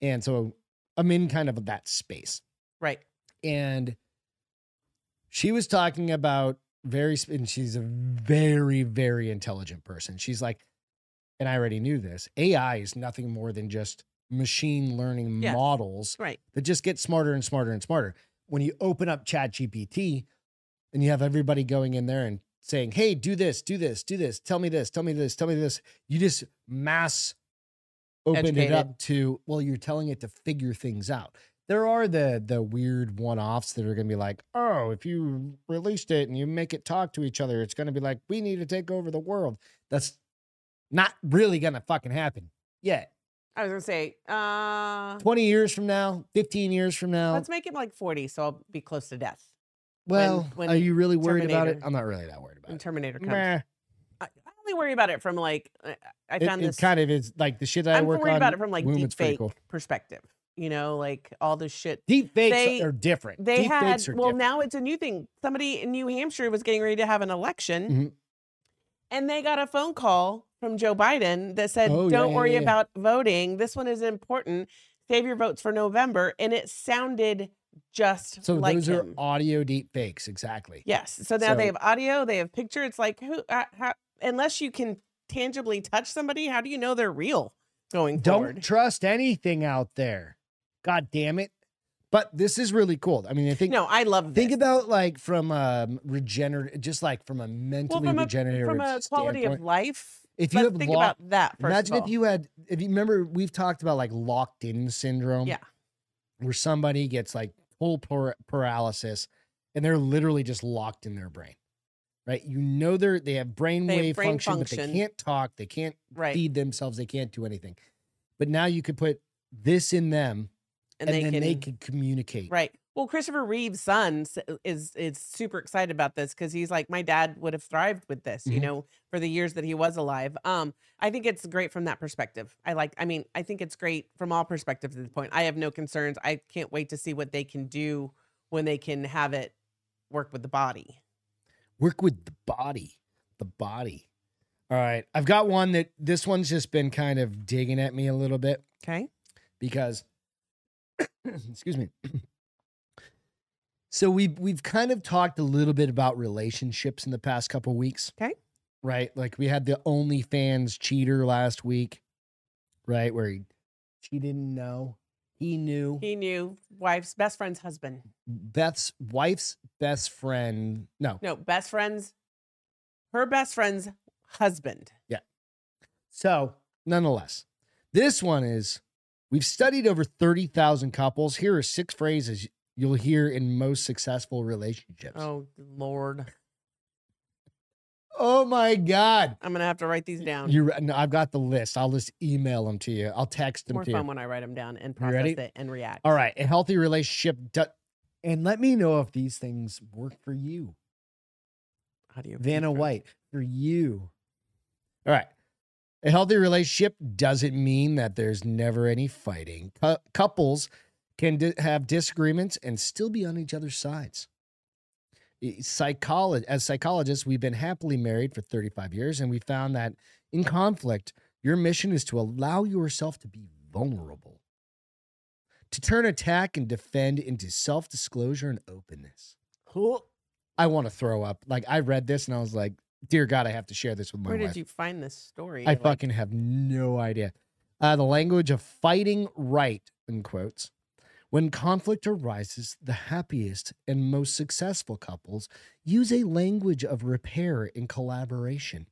[SPEAKER 2] And so I'm in kind of that space.
[SPEAKER 3] Right.
[SPEAKER 2] and she was talking about very sp- and she's a very very intelligent person she's like and i already knew this ai is nothing more than just machine learning
[SPEAKER 3] Yes.
[SPEAKER 2] models
[SPEAKER 3] Right.
[SPEAKER 2] that just get smarter and smarter and smarter when you open up chat gpt and you have everybody going in there and saying hey do this do this do this tell me this tell me this tell me this you just mass open
[SPEAKER 3] Educate
[SPEAKER 2] it
[SPEAKER 3] it.
[SPEAKER 2] up to well you're telling it to figure things out there are the the weird one-offs that are going to be like, oh, if you released it and you make it talk to each other, it's going to be like, we need to take over the world. That's not really going to fucking happen yet.
[SPEAKER 3] I was going to say. Uh,
[SPEAKER 2] Twenty years from now, fifteen years from now.
[SPEAKER 3] Let's make it like 40, so I'll be close to death
[SPEAKER 2] well,
[SPEAKER 3] when
[SPEAKER 2] are you really worried about it?
[SPEAKER 3] Terminator-
[SPEAKER 2] I'm not really that worried
[SPEAKER 3] when
[SPEAKER 2] about it.
[SPEAKER 3] Terminator comes.
[SPEAKER 2] Uh, Meh.
[SPEAKER 3] I, I only worry about it from like I, I
[SPEAKER 2] It,
[SPEAKER 3] found
[SPEAKER 2] it
[SPEAKER 3] this.
[SPEAKER 2] kind of is like the shit that I
[SPEAKER 3] I'm
[SPEAKER 2] work
[SPEAKER 3] worried
[SPEAKER 2] on.
[SPEAKER 3] about it from like
[SPEAKER 2] Womb,
[SPEAKER 3] deep
[SPEAKER 2] it's pretty
[SPEAKER 3] fake
[SPEAKER 2] cool.
[SPEAKER 3] perspective. You know, like all this shit.
[SPEAKER 2] Deep fakes
[SPEAKER 3] They-
[SPEAKER 2] are different.
[SPEAKER 3] They
[SPEAKER 2] deep
[SPEAKER 3] had
[SPEAKER 2] fakes are
[SPEAKER 3] well
[SPEAKER 2] different.
[SPEAKER 3] now it's a new thing. Somebody in New Hampshire was getting ready to have an election,
[SPEAKER 2] Mhm.
[SPEAKER 3] and they got a phone call from Joe Biden that said,
[SPEAKER 2] Oh, yeah,
[SPEAKER 3] "Don't
[SPEAKER 2] yeah,
[SPEAKER 3] worry
[SPEAKER 2] yeah.
[SPEAKER 3] about voting. This one is important. Save your votes for November." And it sounded just
[SPEAKER 2] so
[SPEAKER 3] like
[SPEAKER 2] those
[SPEAKER 3] him.
[SPEAKER 2] are audio deep fakes, exactly.
[SPEAKER 3] Yes. So now
[SPEAKER 2] So-
[SPEAKER 3] they have audio, they have picture. It's like who, uh, how, unless you can tangibly touch somebody, how do you know they're real going
[SPEAKER 2] Don't
[SPEAKER 3] forward?
[SPEAKER 2] trust anything out there. God damn it. But this is really cool. I mean, I think
[SPEAKER 3] No, I love this.
[SPEAKER 2] think about like from a regenerative, just like from a mentally
[SPEAKER 3] from a-
[SPEAKER 2] regenerative
[SPEAKER 3] from a quality
[SPEAKER 2] standpoint.
[SPEAKER 3] of life.
[SPEAKER 2] if you
[SPEAKER 3] Let's
[SPEAKER 2] have
[SPEAKER 3] think
[SPEAKER 2] lock,
[SPEAKER 3] about that first.
[SPEAKER 2] imagine
[SPEAKER 3] of
[SPEAKER 2] if
[SPEAKER 3] all.
[SPEAKER 2] you had, if you remember, we've talked about like locked in syndrome.
[SPEAKER 3] Yeah.
[SPEAKER 2] Where somebody gets like full par- paralysis and they're literally just locked in their brain. Right. You know, they're, they have brain
[SPEAKER 3] They have
[SPEAKER 2] wave
[SPEAKER 3] brain
[SPEAKER 2] function, but they
[SPEAKER 3] function.
[SPEAKER 2] can't talk. They can't
[SPEAKER 3] right,
[SPEAKER 2] feed themselves. They can't do anything. But now you could put this in them, and,
[SPEAKER 3] and, they
[SPEAKER 2] then
[SPEAKER 3] can
[SPEAKER 2] they could communicate.
[SPEAKER 3] right. Well, Christopher Reeve's son s- uh, is is super excited about this because he's like, my dad would have thrived with this, you
[SPEAKER 2] Mhm.
[SPEAKER 3] know, for the years that he was alive. Um, I think it's great from that perspective. I like, I mean, I think it's great from all perspectives at this point. I have no concerns. I can't wait to see what they can do when they can have it work with the body.
[SPEAKER 2] Work with the body, the body. All right, I've got one that this one's just been kind of digging at me a little bit
[SPEAKER 3] Okay.
[SPEAKER 2] because, excuse me. So we we've kind of talked a little bit about relationships in the past couple weeks.
[SPEAKER 3] Okay.
[SPEAKER 2] Right, like we had the OnlyFans cheater last week, right? Where he she didn't know, he knew.
[SPEAKER 3] He knew wife's best friend's husband.
[SPEAKER 2] Beth's wife's best friend. No.
[SPEAKER 3] No, best friend's, her best friend's husband.
[SPEAKER 2] So, nonetheless, this one is We've studied over 30,000 couples. Here are six phrases you'll hear in most successful relationships.
[SPEAKER 3] Oh Lord,
[SPEAKER 2] Oh my God.
[SPEAKER 3] I'm gonna have to write these down.
[SPEAKER 2] You, re- no, I've got the list. I'll just email them to you. I'll text them
[SPEAKER 3] More
[SPEAKER 2] to you.
[SPEAKER 3] fun when I write them down and
[SPEAKER 2] You ready?
[SPEAKER 3] process it and react.
[SPEAKER 2] All right. A healthy relationship. Do-
[SPEAKER 5] And let me know if these things work for you.
[SPEAKER 3] How do you
[SPEAKER 5] Vanna White, for you.
[SPEAKER 2] All right. A healthy relationship doesn't mean that there's never any fighting. Cou- couples can di- have disagreements and still be on each other's sides. Psycholo- as psychologists, we've been happily married for 35 years, and we found that in conflict, your mission is to allow yourself to be vulnerable, to turn attack and defend into self disclosure and openness. I want to throw up. Like, I read this and I was like, dear God, I have to share this with my
[SPEAKER 3] Where
[SPEAKER 2] wife.
[SPEAKER 3] did you find this story?
[SPEAKER 2] I
[SPEAKER 3] Like,
[SPEAKER 2] fucking have no idea. Uh, the language of fighting right, in quotes. When conflict arises, the happiest and most successful couples use a language of repair and collaboration.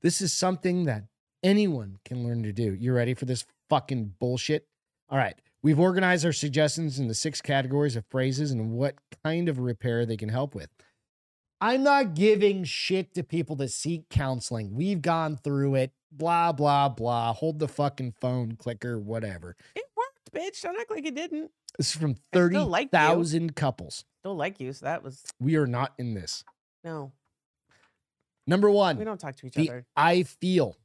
[SPEAKER 2] This is something that anyone can learn to do. You ready for this fucking bullshit? All right. We've organized our suggestions into six categories of phrases and what kind of repair they can help with. I'm not giving shit to people that seek counseling. We've gone through it. Blah, blah, blah. Hold the fucking phone, clicker, whatever.
[SPEAKER 3] it worked, bitch. Don't act like it didn't.
[SPEAKER 2] This is from
[SPEAKER 3] I still like you.
[SPEAKER 2] 30,000 couples.
[SPEAKER 3] Don't like you. So that was
[SPEAKER 2] We are not in this.
[SPEAKER 3] no.
[SPEAKER 2] Number
[SPEAKER 3] We
[SPEAKER 2] one,
[SPEAKER 3] don't talk to each
[SPEAKER 2] the
[SPEAKER 3] other.
[SPEAKER 2] I feel.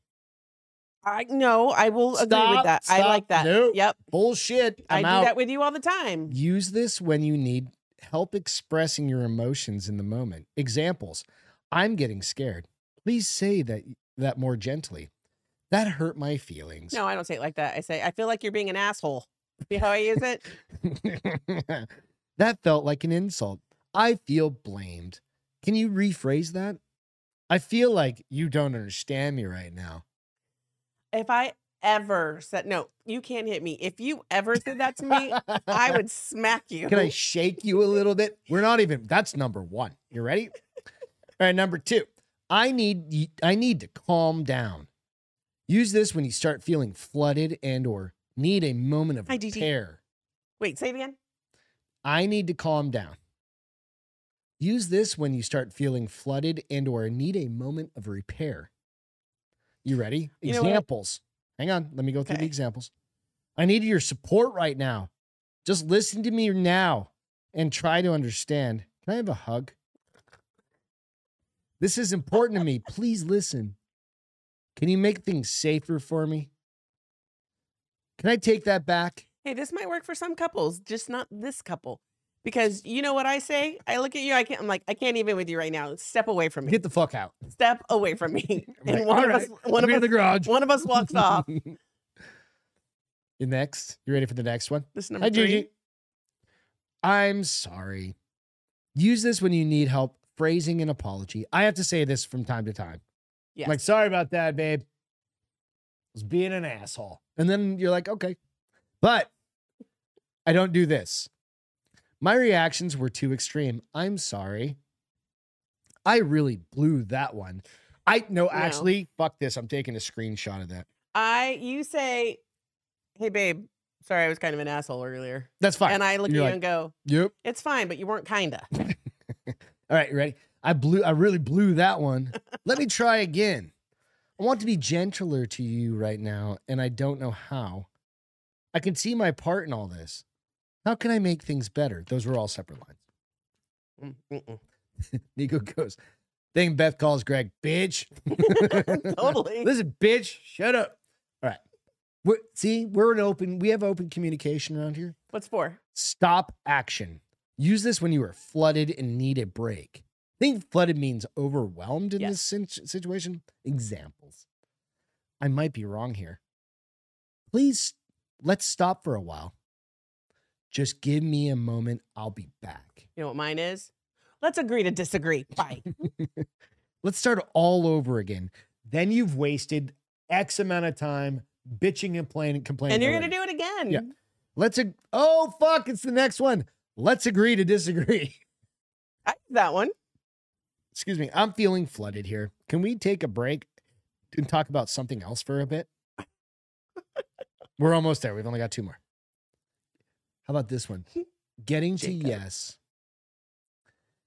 [SPEAKER 3] I no. I will agree with
[SPEAKER 2] Stop,
[SPEAKER 3] that. I
[SPEAKER 2] stop,
[SPEAKER 3] like that.
[SPEAKER 2] nope.
[SPEAKER 3] Yep.
[SPEAKER 2] Bullshit.
[SPEAKER 3] i
[SPEAKER 2] I'm
[SPEAKER 3] do
[SPEAKER 2] out.
[SPEAKER 3] that with you all the time.
[SPEAKER 2] Use this when you need help expressing your emotions in the moment. Examples. I'm getting scared. Please say that that more gently. That hurt my feelings.
[SPEAKER 3] No, I don't say it like that. I say I feel like you're being an asshole. See how I use it?
[SPEAKER 2] that felt like an insult. I feel blamed. Can you rephrase that? I feel like you don't understand me right now.
[SPEAKER 3] if I ever said no, you can't hit me. If you ever said that to me, I would smack you.
[SPEAKER 2] Can I shake you a little bit? We're not even. That's number one. You ready? All right, number two. I need y- I need to calm down. Use this when you start feeling flooded and or need a moment of
[SPEAKER 3] IDD.
[SPEAKER 2] repair.
[SPEAKER 3] Wait, say it again.
[SPEAKER 2] I need to calm down. Use this when you start feeling flooded and or need a moment of repair. You ready?
[SPEAKER 3] You know what?
[SPEAKER 2] examples. Hang on, let me go through
[SPEAKER 3] Okay.
[SPEAKER 2] the examples. I need your support right now. Just listen to me now and try to understand. Can I have a hug? This is important to me. Please listen. Can you make things safer for me? Can I take that back?
[SPEAKER 3] Hey, this might work for some couples, just not this couple. Because you know what I say? I look at you, I can't I'm like, I can't even with you right now. Step away from me.
[SPEAKER 2] Get the fuck out.
[SPEAKER 3] Step away from me.
[SPEAKER 2] Right.
[SPEAKER 3] And one
[SPEAKER 2] All
[SPEAKER 3] of us
[SPEAKER 2] right.
[SPEAKER 3] one of
[SPEAKER 2] We're in
[SPEAKER 3] us
[SPEAKER 2] the garage.
[SPEAKER 3] one of us walks off.
[SPEAKER 2] The next, you ready for the next one?
[SPEAKER 3] This is number
[SPEAKER 2] Hi,
[SPEAKER 3] three.
[SPEAKER 2] Gigi. I'm sorry. Use this when you need help phrasing an apology. I have to say this from time to time.
[SPEAKER 3] Yes.
[SPEAKER 2] I'm like, sorry about that, babe. I was being an asshole. And then you're like, okay. But I don't do this. My reactions were too extreme. I'm sorry. I really blew that one. I no, actually, fuck this. I'm taking a screenshot of that.
[SPEAKER 3] I you say, Hey babe, sorry I was kind of an asshole earlier.
[SPEAKER 2] That's fine.
[SPEAKER 3] And I look
[SPEAKER 2] You're
[SPEAKER 3] at you
[SPEAKER 2] like,
[SPEAKER 3] and go,
[SPEAKER 2] Yep.
[SPEAKER 3] It's fine, but you weren't kinda.
[SPEAKER 2] All right, you ready? I blew I really blew that one. Let me try again. I want to be gentler to you right now, and I don't know how. I can see my part in all this. How can I make things better? Those were all separate lines.
[SPEAKER 3] Mm, mm-mm.
[SPEAKER 2] Nico goes, then Beth calls Greg, bitch.
[SPEAKER 3] Totally.
[SPEAKER 2] Listen, bitch, shut up. All right. We're, see, we're an open, we have open communication around here.
[SPEAKER 3] What's for?
[SPEAKER 2] Stop action. Use this when you are flooded and need a break. I think flooded means overwhelmed in this sin- situation. Examples. I might be wrong here. Please, let's stop for a while. Just give me a moment. I'll be back.
[SPEAKER 3] You know what mine is? Let's agree to disagree. Bye.
[SPEAKER 2] Let's start all over again. Then you've wasted X amount of time bitching and playing and complaining.
[SPEAKER 3] and you're gonna
[SPEAKER 2] already.
[SPEAKER 3] do it again.
[SPEAKER 2] Yeah. Let's. Ag- oh fuck! It's the next one. Let's agree to disagree.
[SPEAKER 3] I, that one.
[SPEAKER 2] excuse me, I'm feeling flooded here. Can we take a break and talk about something else for a bit? We're almost there. We've only got two more. How about this one? Getting to
[SPEAKER 3] Jacob.
[SPEAKER 2] yes.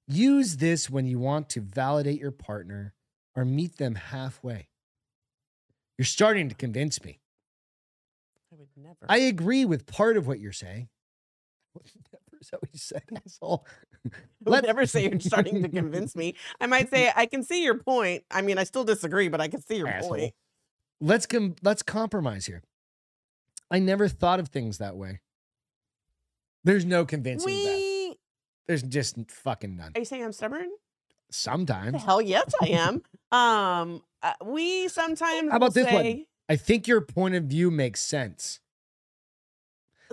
[SPEAKER 2] Use this when you want to validate your partner or meet them halfway. You're starting to convince me.
[SPEAKER 3] I would never.
[SPEAKER 2] I agree with part of what you're saying. Never is that what you said, asshole?
[SPEAKER 3] I would
[SPEAKER 2] Let's-
[SPEAKER 3] never say you're starting to convince me. I might say I can see your point. I mean, I still disagree, but I can see your
[SPEAKER 2] Asshole.
[SPEAKER 3] point.
[SPEAKER 2] Let's com- let's compromise here. I never thought of things that way. There's no convincing Beth.
[SPEAKER 3] We.
[SPEAKER 2] There's just fucking none.
[SPEAKER 3] Are you saying I'm stubborn?
[SPEAKER 2] Sometimes
[SPEAKER 3] Hell yes, I am. um, uh, we sometimes.
[SPEAKER 2] How about
[SPEAKER 3] will
[SPEAKER 2] this one?
[SPEAKER 3] say-
[SPEAKER 2] I think your point of view makes sense.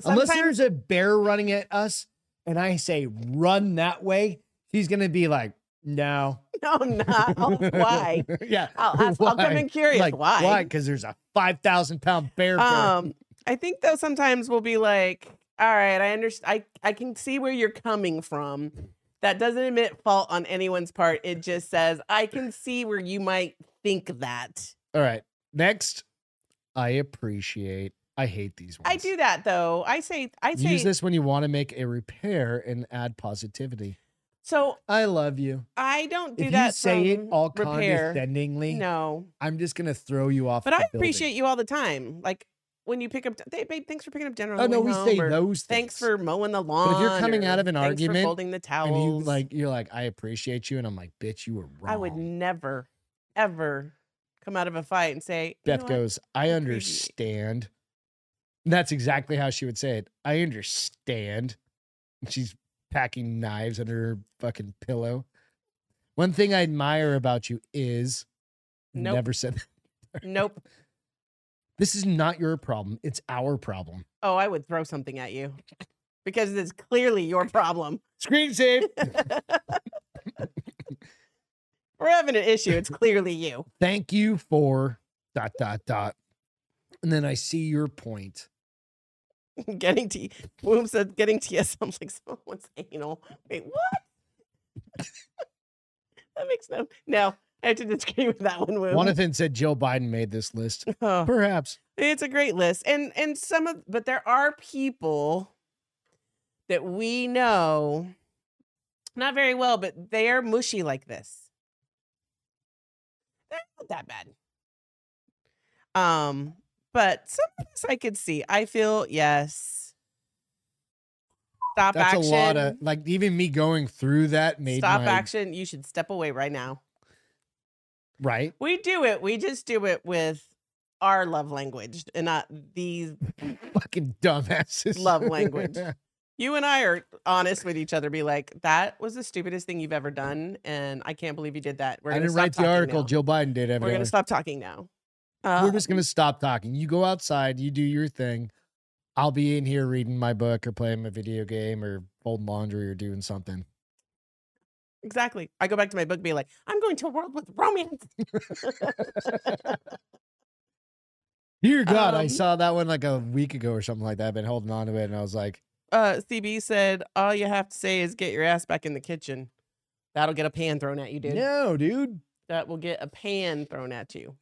[SPEAKER 2] Unless
[SPEAKER 3] sometimes-
[SPEAKER 2] there's a bear running at us and I say run that way, she's gonna be like, no.
[SPEAKER 3] no, I'm not. Oh, why?
[SPEAKER 2] yeah.
[SPEAKER 3] I'll ask. I'll come in curious.
[SPEAKER 2] Like,
[SPEAKER 3] why?
[SPEAKER 2] Why? Because there's a five thousand pound bear. Um,
[SPEAKER 3] Um, I think though sometimes we'll be like, all right, I understand. I I can see where you're coming from. That doesn't admit fault on anyone's part. It just says I can see where you might think that.
[SPEAKER 2] All right. Next, I appreciate. I hate these ones.
[SPEAKER 3] I do that though. I say I say
[SPEAKER 2] Use this when you want to make a repair and add positivity.
[SPEAKER 3] so.
[SPEAKER 2] I love you.
[SPEAKER 3] I don't do
[SPEAKER 2] if
[SPEAKER 3] that.
[SPEAKER 2] you say it
[SPEAKER 3] from
[SPEAKER 2] all
[SPEAKER 3] repair.
[SPEAKER 2] condescendingly,
[SPEAKER 3] No,
[SPEAKER 2] I'm just gonna throw you off.
[SPEAKER 3] but
[SPEAKER 2] the
[SPEAKER 3] I
[SPEAKER 2] building.
[SPEAKER 3] appreciate you all the time. Like when you pick up, hey, babe, thanks for picking up dinner. on
[SPEAKER 2] Oh
[SPEAKER 3] the
[SPEAKER 2] no,
[SPEAKER 3] way
[SPEAKER 2] we
[SPEAKER 3] home,"
[SPEAKER 2] say
[SPEAKER 3] or,
[SPEAKER 2] those.
[SPEAKER 3] Thanks
[SPEAKER 2] things.
[SPEAKER 3] for mowing the lawn.
[SPEAKER 2] But if you're coming
[SPEAKER 3] or,
[SPEAKER 2] out of an
[SPEAKER 3] "Thanks for
[SPEAKER 2] argument
[SPEAKER 3] folding the towels,
[SPEAKER 2] and you like you're like I appreciate you, and I'm like bitch, you were wrong.
[SPEAKER 3] I would never, ever come out of a fight and say, you
[SPEAKER 2] Beth
[SPEAKER 3] know what?
[SPEAKER 2] goes, I
[SPEAKER 3] appreciate-
[SPEAKER 2] understand. And that's exactly how she would say it. I understand. And She's packing knives under her fucking pillow. One thing I admire about you is
[SPEAKER 3] Nope.
[SPEAKER 2] never said that.
[SPEAKER 3] Nope.
[SPEAKER 2] This is not your problem. It's our problem.
[SPEAKER 3] Oh, I would throw something at you because it's clearly your problem.
[SPEAKER 2] Screen save.
[SPEAKER 3] We're having an issue. It's clearly you.
[SPEAKER 2] Thank you for dot dot dot. And then I see your point.
[SPEAKER 3] getting to Bloom said getting TS. I'm like, someone's anal. Wait, what? that makes no. No, I have to disagree with that one. Woom.
[SPEAKER 2] One of them said Joe Biden made this list.
[SPEAKER 3] Oh.
[SPEAKER 2] Perhaps.
[SPEAKER 3] It's a great list. And and some of but there are people that we know not very well, but they are mushy like this. They're not that bad. Um, but some of this I could see. I feel yes. Stop
[SPEAKER 2] That's
[SPEAKER 3] action.
[SPEAKER 2] a lot of like even me going through that made
[SPEAKER 3] Stop
[SPEAKER 2] my-
[SPEAKER 3] action. You should step away right now.
[SPEAKER 2] right.
[SPEAKER 3] We do it. We just do it with our love language and not these
[SPEAKER 2] fucking dumbasses.
[SPEAKER 3] Love language. you and I are honest with each other. Be like, that was the stupidest thing you've ever done, and I can't believe you did that. We're
[SPEAKER 2] I
[SPEAKER 3] gonna
[SPEAKER 2] didn't
[SPEAKER 3] stop
[SPEAKER 2] write the
[SPEAKER 3] talking
[SPEAKER 2] article.
[SPEAKER 3] now.
[SPEAKER 2] Joe Biden did
[SPEAKER 3] We're
[SPEAKER 2] evidently.
[SPEAKER 3] gonna stop talking now.
[SPEAKER 2] We're just
[SPEAKER 3] Um,
[SPEAKER 2] gonna stop talking. You go outside. You do your thing. I'll be in here reading my book or playing my video game or folding laundry or doing something.
[SPEAKER 3] exactly. I go back to my book, be like, I'm going to a world with romance.
[SPEAKER 2] Dear God, I
[SPEAKER 3] Um,
[SPEAKER 2] saw that one like a week ago or something like that. I've been holding on to it, and I was like,
[SPEAKER 3] Uh, CB said, all you have to say is get your ass back in the kitchen. That'll get a pan thrown at you, dude.
[SPEAKER 2] "No, dude,
[SPEAKER 3] That will get a pan thrown at you,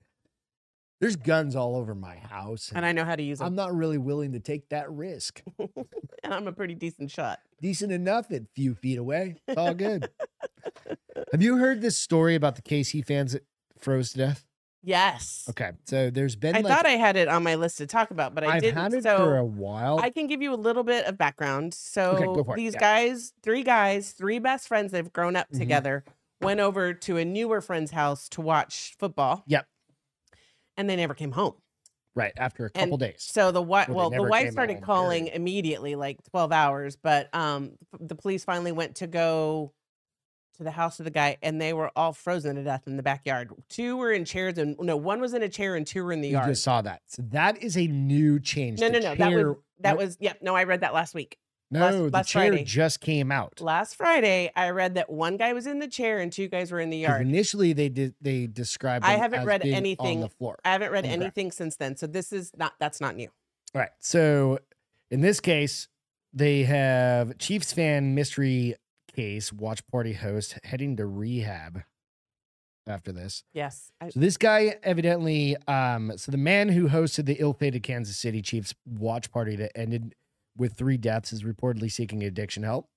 [SPEAKER 2] there's guns all over my house,
[SPEAKER 3] and I know how to use
[SPEAKER 2] I'm
[SPEAKER 3] them,
[SPEAKER 2] not really willing to take that risk.
[SPEAKER 3] and I'm a pretty decent shot.
[SPEAKER 2] decent enough at few feet away. It's all good. Have you heard this story about the KC fans that froze to death?
[SPEAKER 3] Yes.
[SPEAKER 2] Okay, so there's been
[SPEAKER 3] I
[SPEAKER 2] like
[SPEAKER 3] thought I had it on my list to talk about, but I
[SPEAKER 2] have
[SPEAKER 3] didn't.
[SPEAKER 2] had it
[SPEAKER 3] so
[SPEAKER 2] for a while.
[SPEAKER 3] I can give you a little bit of background. So
[SPEAKER 2] Oh. go for it.
[SPEAKER 3] these
[SPEAKER 2] Yeah.
[SPEAKER 3] guys, three guys, three best friends that have grown up
[SPEAKER 2] Mhm.
[SPEAKER 3] together, went over to a newer friend's house to watch football.
[SPEAKER 2] Yep.
[SPEAKER 3] And they never came home.
[SPEAKER 2] right after a couple days.
[SPEAKER 3] So the wife,
[SPEAKER 2] Well, they
[SPEAKER 3] well, the
[SPEAKER 2] never
[SPEAKER 3] wife
[SPEAKER 2] came
[SPEAKER 3] started
[SPEAKER 2] home,
[SPEAKER 3] calling
[SPEAKER 2] period.
[SPEAKER 3] immediately, like twelve hours. But um, f- the police finally went to go to the house of the guy, and they were all frozen to death in the backyard. Two were in chairs, and no, one was in a chair, and two were in the
[SPEAKER 2] You
[SPEAKER 3] yard.
[SPEAKER 2] just saw that. So that is a new change.
[SPEAKER 3] No, no,
[SPEAKER 2] The
[SPEAKER 3] no. That was
[SPEAKER 2] chair-
[SPEAKER 3] that
[SPEAKER 2] no-
[SPEAKER 3] was. Yep. no, I read that last week.
[SPEAKER 2] no.
[SPEAKER 3] last-
[SPEAKER 2] the
[SPEAKER 3] last
[SPEAKER 2] chair
[SPEAKER 3] Friday.
[SPEAKER 2] just came out.
[SPEAKER 3] Last Friday, I read that one guy was in the chair and two guys were in the
[SPEAKER 2] 'Cause
[SPEAKER 3] yard.
[SPEAKER 2] Initially, they did. They described.
[SPEAKER 3] I
[SPEAKER 2] them
[SPEAKER 3] haven't
[SPEAKER 2] as
[SPEAKER 3] read
[SPEAKER 2] being
[SPEAKER 3] anything.
[SPEAKER 2] on the floor.
[SPEAKER 3] I haven't read
[SPEAKER 2] Okay.
[SPEAKER 3] anything since then, so this is not that's not new.
[SPEAKER 2] All right. So in this case, they have Chiefs fan mystery case watch party host heading to rehab. after this.
[SPEAKER 3] Yes. I,
[SPEAKER 2] So this guy evidently, um, so the man who hosted the ill-fated Kansas City Chiefs watch party that ended with three deaths is reportedly seeking addiction help.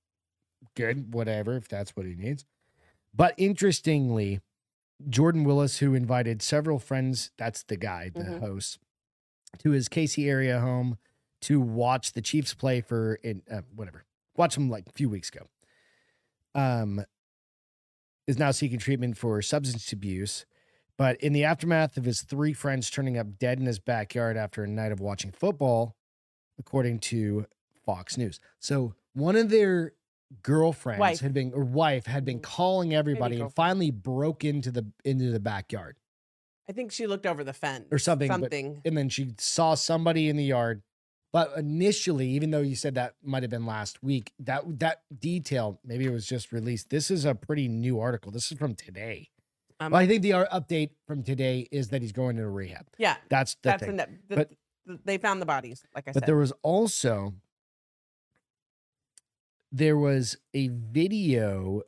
[SPEAKER 2] Good, whatever, if that's what he needs. But interestingly, Jordan Willis, who invited several friends, that's the guy, the
[SPEAKER 3] Mhm.
[SPEAKER 2] host, to his Casey area home to watch the Chiefs play for in uh, whatever, watch them like a few weeks ago. Um, is now seeking treatment for substance abuse. But in the aftermath of his three friends turning up dead in his backyard after a night of watching football, according to Fox News. So one of their girlfriends
[SPEAKER 3] Wife.
[SPEAKER 2] had been or wife had been
[SPEAKER 3] Mhm.
[SPEAKER 2] calling everybody and
[SPEAKER 3] girlfriend.
[SPEAKER 2] finally broke into the into the backyard.
[SPEAKER 3] I think she looked over the fence
[SPEAKER 2] Or something, but-
[SPEAKER 3] Something.
[SPEAKER 2] And then she saw somebody in the yard. But initially, even though you said that might have been last week, that that detail maybe it was just released. This is a pretty new article. This is from today.
[SPEAKER 3] Um,
[SPEAKER 2] well, I think the ar- update from today is that he's going into rehab.
[SPEAKER 3] yeah.
[SPEAKER 2] That's the
[SPEAKER 3] that's
[SPEAKER 2] thing.
[SPEAKER 3] the, ne- the,
[SPEAKER 2] But-
[SPEAKER 3] the- they found the bodies. Like I
[SPEAKER 2] but
[SPEAKER 3] said.
[SPEAKER 2] there was also there was a video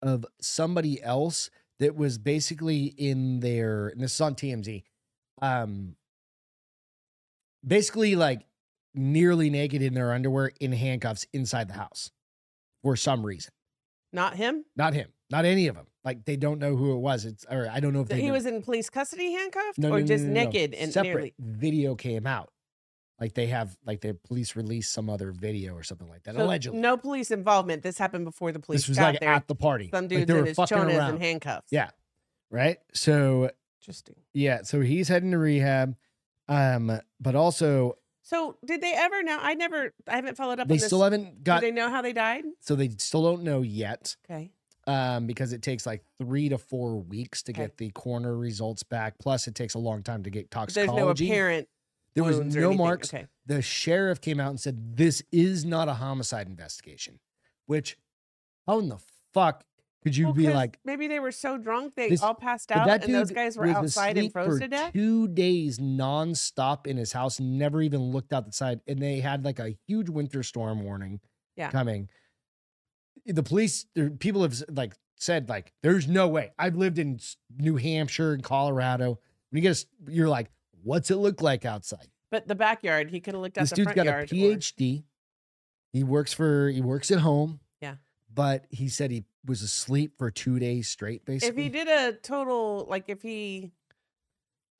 [SPEAKER 2] of somebody else that was basically in their and this is on TMZ um basically like nearly naked in their underwear in handcuffs inside the house for some reason
[SPEAKER 3] Not him.
[SPEAKER 2] not him not any of them like they don't know who it was it's or I don't know if
[SPEAKER 3] That
[SPEAKER 2] they
[SPEAKER 3] he
[SPEAKER 2] knew.
[SPEAKER 3] was in police custody, handcuffed,
[SPEAKER 2] No,
[SPEAKER 3] or
[SPEAKER 2] no, no,
[SPEAKER 3] just
[SPEAKER 2] no, no, no.
[SPEAKER 3] naked and
[SPEAKER 2] separate
[SPEAKER 3] nearly.
[SPEAKER 2] video came out. Like they have, like the police released some other video or something like that.
[SPEAKER 3] So
[SPEAKER 2] Allegedly,
[SPEAKER 3] no police involvement. This happened before the police
[SPEAKER 2] this was
[SPEAKER 3] got
[SPEAKER 2] like
[SPEAKER 3] there.
[SPEAKER 2] at the party.
[SPEAKER 3] Some
[SPEAKER 2] Like,
[SPEAKER 3] dudes
[SPEAKER 2] they
[SPEAKER 3] in
[SPEAKER 2] were
[SPEAKER 3] his
[SPEAKER 2] fucking
[SPEAKER 3] chonas
[SPEAKER 2] around,
[SPEAKER 3] and handcuffs.
[SPEAKER 2] Yeah. right? So
[SPEAKER 3] Interesting.
[SPEAKER 2] yeah, so he's heading to rehab. Um, but also
[SPEAKER 3] So did they ever? Now I never. I haven't followed up.
[SPEAKER 2] they
[SPEAKER 3] on this.
[SPEAKER 2] still haven't got.
[SPEAKER 3] Do they know how they died?
[SPEAKER 2] so they still don't know yet.
[SPEAKER 3] Okay.
[SPEAKER 2] um, because it takes like three to four weeks to
[SPEAKER 3] Okay.
[SPEAKER 2] get the coroner results back. Plus, it takes a long time to get
[SPEAKER 3] But There's no
[SPEAKER 2] toxicology.
[SPEAKER 3] apparent.
[SPEAKER 2] there was
[SPEAKER 3] wounds or
[SPEAKER 2] no
[SPEAKER 3] anything.
[SPEAKER 2] marks.
[SPEAKER 3] Okay.
[SPEAKER 2] the sheriff came out and said this is not a homicide investigation which how in the fuck could you
[SPEAKER 3] Well,
[SPEAKER 2] be
[SPEAKER 3] 'cause
[SPEAKER 2] like
[SPEAKER 3] maybe they were so drunk they
[SPEAKER 2] this-
[SPEAKER 3] all passed
[SPEAKER 2] "But
[SPEAKER 3] out,
[SPEAKER 2] that
[SPEAKER 3] and those
[SPEAKER 2] dude
[SPEAKER 3] guys were
[SPEAKER 2] was
[SPEAKER 3] outside and
[SPEAKER 2] asleep
[SPEAKER 3] froze
[SPEAKER 2] for
[SPEAKER 3] to death.
[SPEAKER 2] two days nonstop in his house never even looked out the side and they had like a huge winter storm warning
[SPEAKER 3] Yeah.
[SPEAKER 2] coming the police there, people have s- like said like there's no way i've lived in s- new hampshire and colorado when you get a s- you're like what's it look like outside
[SPEAKER 3] But the backyard, he could have looked out
[SPEAKER 2] this
[SPEAKER 3] the
[SPEAKER 2] dude's
[SPEAKER 3] front
[SPEAKER 2] got
[SPEAKER 3] yard.
[SPEAKER 2] a
[SPEAKER 3] or-
[SPEAKER 2] PhD. He works for he works at home.
[SPEAKER 3] Yeah.
[SPEAKER 2] But he said he was asleep for two days straight,
[SPEAKER 3] if
[SPEAKER 2] basically.
[SPEAKER 3] he did a total, like if he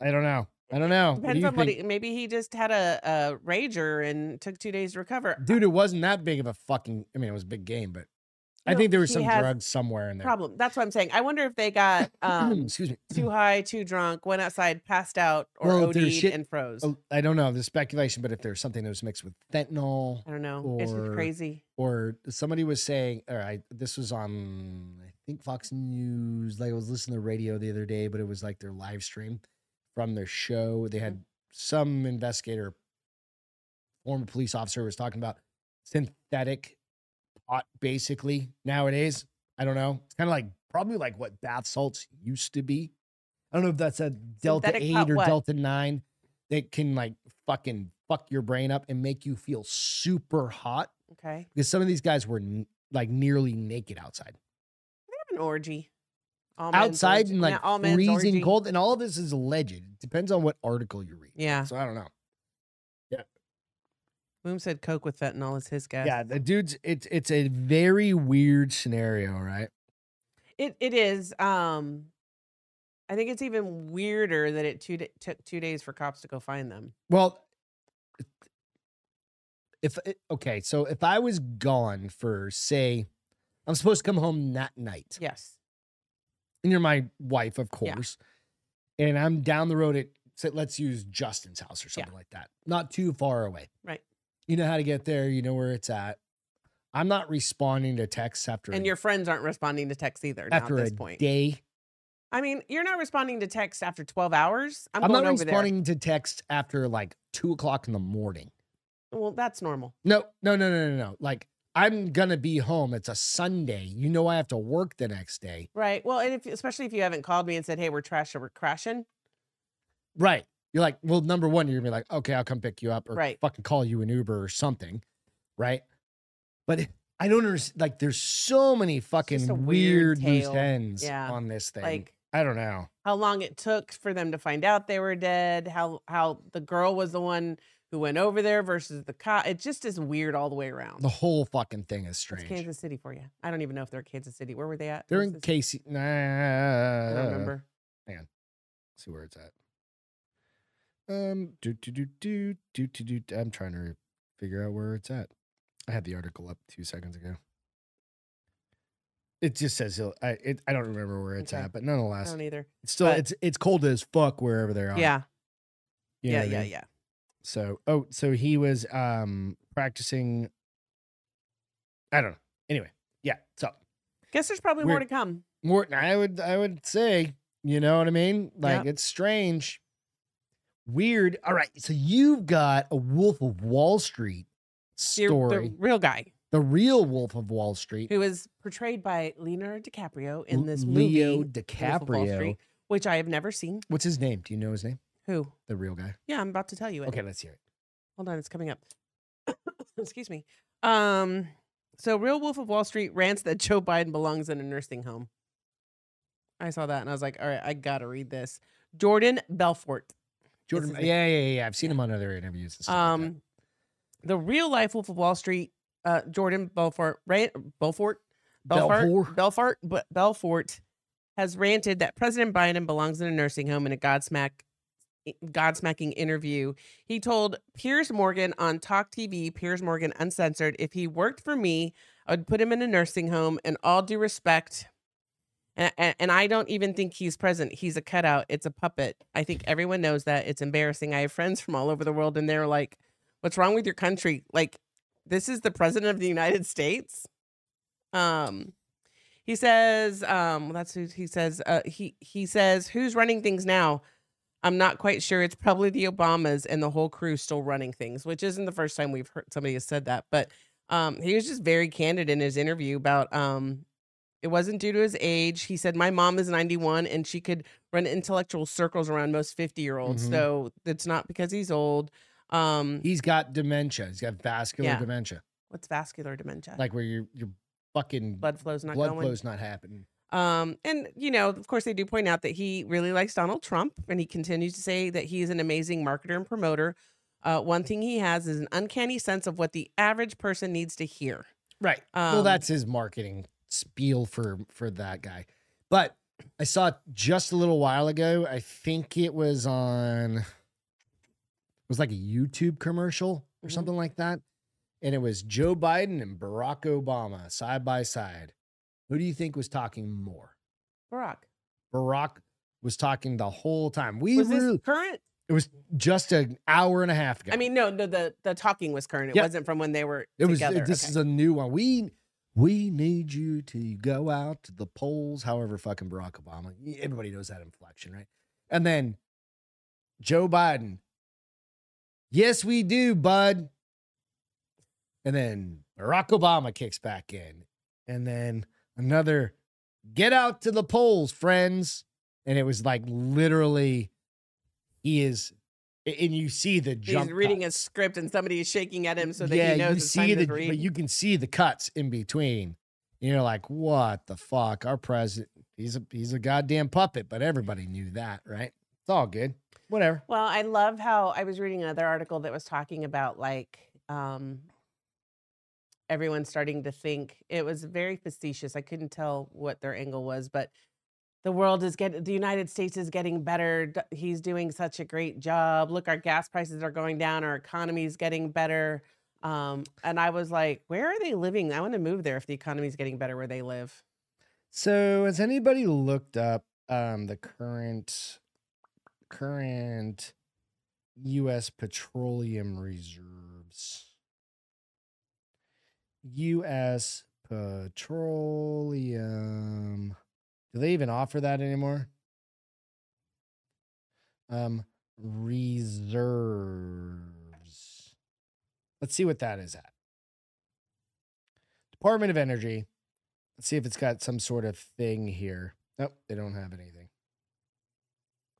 [SPEAKER 2] I don't know. I don't know. What do
[SPEAKER 3] Depends
[SPEAKER 2] you
[SPEAKER 3] on what
[SPEAKER 2] think?
[SPEAKER 3] he, maybe he just had a, a rager and took two days to recover.
[SPEAKER 2] Dude, it wasn't that big of a fucking I mean, it was a big game, but I
[SPEAKER 3] No,
[SPEAKER 2] think there was
[SPEAKER 3] he
[SPEAKER 2] some
[SPEAKER 3] has
[SPEAKER 2] drugs somewhere in there.
[SPEAKER 3] Problem. That's what I'm saying. I wonder if they got um,
[SPEAKER 2] Excuse me.
[SPEAKER 3] too high, too drunk, went outside, passed out, or
[SPEAKER 2] Well, if
[SPEAKER 3] OD'd
[SPEAKER 2] there's shit-
[SPEAKER 3] and froze.
[SPEAKER 2] Oh, I don't know. There's speculation, but if there's something that was mixed with fentanyl
[SPEAKER 3] I don't know. it's just
[SPEAKER 2] or-
[SPEAKER 3] crazy.
[SPEAKER 2] or somebody was saying, or I this was on I think Fox News. Like I was listening to the radio the other day, but it was like their live stream from their show.
[SPEAKER 3] Mm-hmm.
[SPEAKER 2] They had some investigator, former police officer, was talking about synthetic pot. Basically, nowadays, I don't know. It's kind of like probably like what bath salts used to be. I don't know if that's a Delta
[SPEAKER 3] Synthetic pot
[SPEAKER 2] Eight or
[SPEAKER 3] what?
[SPEAKER 2] Delta Nine that can like fucking fuck your brain up and make you feel super hot
[SPEAKER 3] Okay.
[SPEAKER 2] because some of these guys were n- like nearly naked outside,
[SPEAKER 3] Have an orgy. All men's
[SPEAKER 2] outside
[SPEAKER 3] orgy-
[SPEAKER 2] and
[SPEAKER 3] not
[SPEAKER 2] like
[SPEAKER 3] all men's
[SPEAKER 2] freezing
[SPEAKER 3] orgy.
[SPEAKER 2] cold. And all of this is alleged. It depends on what article you read.
[SPEAKER 3] Yeah.
[SPEAKER 2] So I don't know.
[SPEAKER 3] Boom said Coke with fentanyl is his guess.
[SPEAKER 2] Yeah, the dudes. It's it's a very weird scenario, right?
[SPEAKER 3] It, it is. Um, I think it's even weirder that it two, da- took two days for cops to go find them.
[SPEAKER 2] Well, if it- okay, so if I was gone for say, I'm supposed to come home that night,
[SPEAKER 3] Yes.
[SPEAKER 2] and you're my wife, of
[SPEAKER 3] Yeah.
[SPEAKER 2] course, and I'm down the road at say, let's use Justin's house or something like that, not too far away.
[SPEAKER 3] Right.
[SPEAKER 2] You know how to get there. You know where it's at. I'm not responding to texts after
[SPEAKER 3] And
[SPEAKER 2] a,
[SPEAKER 3] your friends aren't responding to texts either now
[SPEAKER 2] after
[SPEAKER 3] at
[SPEAKER 2] a
[SPEAKER 3] this point.
[SPEAKER 2] day.
[SPEAKER 3] I mean, you're not responding to text after 12 hours. I'm,
[SPEAKER 2] I'm,
[SPEAKER 3] going
[SPEAKER 2] not
[SPEAKER 3] over
[SPEAKER 2] responding to texts after like two o'clock in the morning.
[SPEAKER 3] there. Well, that's normal.
[SPEAKER 2] No, no, no, no, no, no. Like I'm gonna be home. It's a Sunday. You know I have to work the next day.
[SPEAKER 3] Right. Well, and if, especially if you haven't called me and said, hey, we're trash or we're crashing.
[SPEAKER 2] Right. You're like, well, number one, you're gonna be like, okay, I'll come pick you up or
[SPEAKER 3] Right.
[SPEAKER 2] fucking call you an Uber or something. Right. But I don't understand. Like, there's so many
[SPEAKER 3] a
[SPEAKER 2] fucking
[SPEAKER 3] weird
[SPEAKER 2] weird, loose
[SPEAKER 3] tale.
[SPEAKER 2] ends
[SPEAKER 3] Yeah.
[SPEAKER 2] on this thing.
[SPEAKER 3] Like,
[SPEAKER 2] I don't know.
[SPEAKER 3] how long it took for them to find out they were dead, how how the girl was the one who went over there versus the cop. It just is weird all the way around.
[SPEAKER 2] The whole fucking thing is
[SPEAKER 3] It's
[SPEAKER 2] strange.
[SPEAKER 3] Kansas City for you. I don't even know if they're Kansas City. Where were they at?
[SPEAKER 2] They're
[SPEAKER 3] Was
[SPEAKER 2] in uh,
[SPEAKER 3] this-
[SPEAKER 2] Casey. Nah,
[SPEAKER 3] I don't remember.
[SPEAKER 2] see where it's at. Um, do do do do do do do. I'm trying to figure out where it's at. I had the article up two seconds ago. It just says he'll- I it, I don't remember where it's
[SPEAKER 3] Okay.
[SPEAKER 2] at, but
[SPEAKER 3] I
[SPEAKER 2] nonetheless,
[SPEAKER 3] don't either.
[SPEAKER 2] it's still
[SPEAKER 3] but-
[SPEAKER 2] it's it's cold as fuck wherever they are.
[SPEAKER 3] Yeah,
[SPEAKER 2] You
[SPEAKER 3] yeah,
[SPEAKER 2] know what I
[SPEAKER 3] yeah,
[SPEAKER 2] mean?
[SPEAKER 3] yeah.
[SPEAKER 2] So oh, so he was um practicing. I don't know. Anyway, yeah. So
[SPEAKER 3] Guess there's probably more to
[SPEAKER 2] Weird.
[SPEAKER 3] come.
[SPEAKER 2] Morton, I would I would say, you know what I mean? Like it's strange. Weird. All right. So you've got a Wolf of Wall Street
[SPEAKER 3] The-
[SPEAKER 2] story.
[SPEAKER 3] The real guy
[SPEAKER 2] The real Wolf of Wall Street.
[SPEAKER 3] who is portrayed by Leonardo DiCaprio in this
[SPEAKER 2] Leo
[SPEAKER 3] movie, Wolf of Wall
[SPEAKER 2] DiCaprio.
[SPEAKER 3] Street, which I have never seen.
[SPEAKER 2] What's his name? Do you know his name?
[SPEAKER 3] Who?
[SPEAKER 2] The real guy.
[SPEAKER 3] Yeah, I'm about to tell you it.
[SPEAKER 2] Okay, let's hear it.
[SPEAKER 3] Hold on, it's coming up. Excuse me. Um, so Real Wolf of Wall Street rants that Joe Biden belongs in a nursing home. I saw that and I was like, all right, I gotta read this. Jordan Belfort.
[SPEAKER 2] Jordan. uh,
[SPEAKER 3] his name.
[SPEAKER 2] Yeah, yeah, yeah, yeah. I've seen him on other interviews. And stuff like that.
[SPEAKER 3] Um, the real life Wolf of Wall Street, uh, Jordan Belfort, ran- Belfort,
[SPEAKER 2] Belfour.
[SPEAKER 3] Belfort, Belfort, but Belfort has ranted that President Biden belongs in a nursing home in a Godsmack, Godsmacking interview. He told Piers Morgan on Talk TV, Piers Morgan Uncensored, if he worked for me, I would put him in a nursing home. And all due respect, and, and I don't even think he's present. He's a cutout. It's a puppet. I think everyone knows that. It's embarrassing. I have friends from all over the world, and they're like, "What's wrong with your country? Like, this is the president of the United States." Um, he says, um, well, that's who he says. Uh, he he says, "Who's running things now?" I'm not quite sure. It's probably the Obamas and the whole crew still running things, which isn't the first time we've heard somebody has said that. But um, he was just very candid in his interview about um, it wasn't due to his age. He said, My mom is 91 and she could run intellectual circles around most 50 year olds.
[SPEAKER 2] Mhm.
[SPEAKER 3] So it's not because he's old. Um,
[SPEAKER 2] he's got dementia. He's got vascular
[SPEAKER 3] Yeah.
[SPEAKER 2] dementia.
[SPEAKER 3] what's vascular dementia?
[SPEAKER 2] Like where your your fucking blood,
[SPEAKER 3] blood flow's not going.
[SPEAKER 2] flow's not happening.
[SPEAKER 3] Um, and you know, of course, they do point out that he really likes Donald Trump, and he continues to say that he is an amazing marketer and promoter. Uh, one thing he has is an uncanny sense of what the average person needs to hear.
[SPEAKER 2] Right. well,
[SPEAKER 3] Um,
[SPEAKER 2] that's his marketing spiel for for that guy. But I saw just a little while ago. I think it was on. It was like a YouTube commercial or
[SPEAKER 3] Mhm.
[SPEAKER 2] something like that, and it was Joe Biden and Barack Obama side by side. Who do you think was talking more?
[SPEAKER 3] Barack,
[SPEAKER 2] Barack was talking the whole time. We
[SPEAKER 3] was this
[SPEAKER 2] really-
[SPEAKER 3] current?
[SPEAKER 2] it was just an hour and a half ago.
[SPEAKER 3] I mean, no, no, the the talking was current. It
[SPEAKER 2] Yeah.
[SPEAKER 3] wasn't from when they were
[SPEAKER 2] It was
[SPEAKER 3] together.
[SPEAKER 2] this
[SPEAKER 3] Okay.
[SPEAKER 2] is a new one. We we need you to go out to the polls, however fucking Barack Obama. Everybody knows that inflection, right? And then Joe Biden. Yes, we do, bud. And then Barack Obama kicks back in. And then another get out to the polls, friends. And it was like literally he is and you see the
[SPEAKER 3] He's
[SPEAKER 2] jump
[SPEAKER 3] reading
[SPEAKER 2] cuts
[SPEAKER 3] a script and somebody is shaking at him so that
[SPEAKER 2] yeah,
[SPEAKER 3] he knows
[SPEAKER 2] you
[SPEAKER 3] it's
[SPEAKER 2] see
[SPEAKER 3] time
[SPEAKER 2] the
[SPEAKER 3] to read.
[SPEAKER 2] but you can see the cuts in between. And you're like, what the fuck? Our president, he's a he's a goddamn puppet, but everybody knew that, right? It's all good. Whatever.
[SPEAKER 3] Well, I love how I was reading another article that was talking about like um, everyone starting to think it was very facetious. I couldn't tell what their angle was, but the world is getting, the United States is getting better. D- He's doing such a great job. Look, our gas prices are going down. Our economy's getting better. Um, and I was like, where are they living? I want to move there if the economy's getting better where they live.
[SPEAKER 2] So has anybody looked up um the current current US petroleum reserves? US petroleum. Do they even offer that anymore? Um reserves. Let's see what that is at. Department of Energy. Let's see if it's got some sort of thing here. Nope, they don't have anything.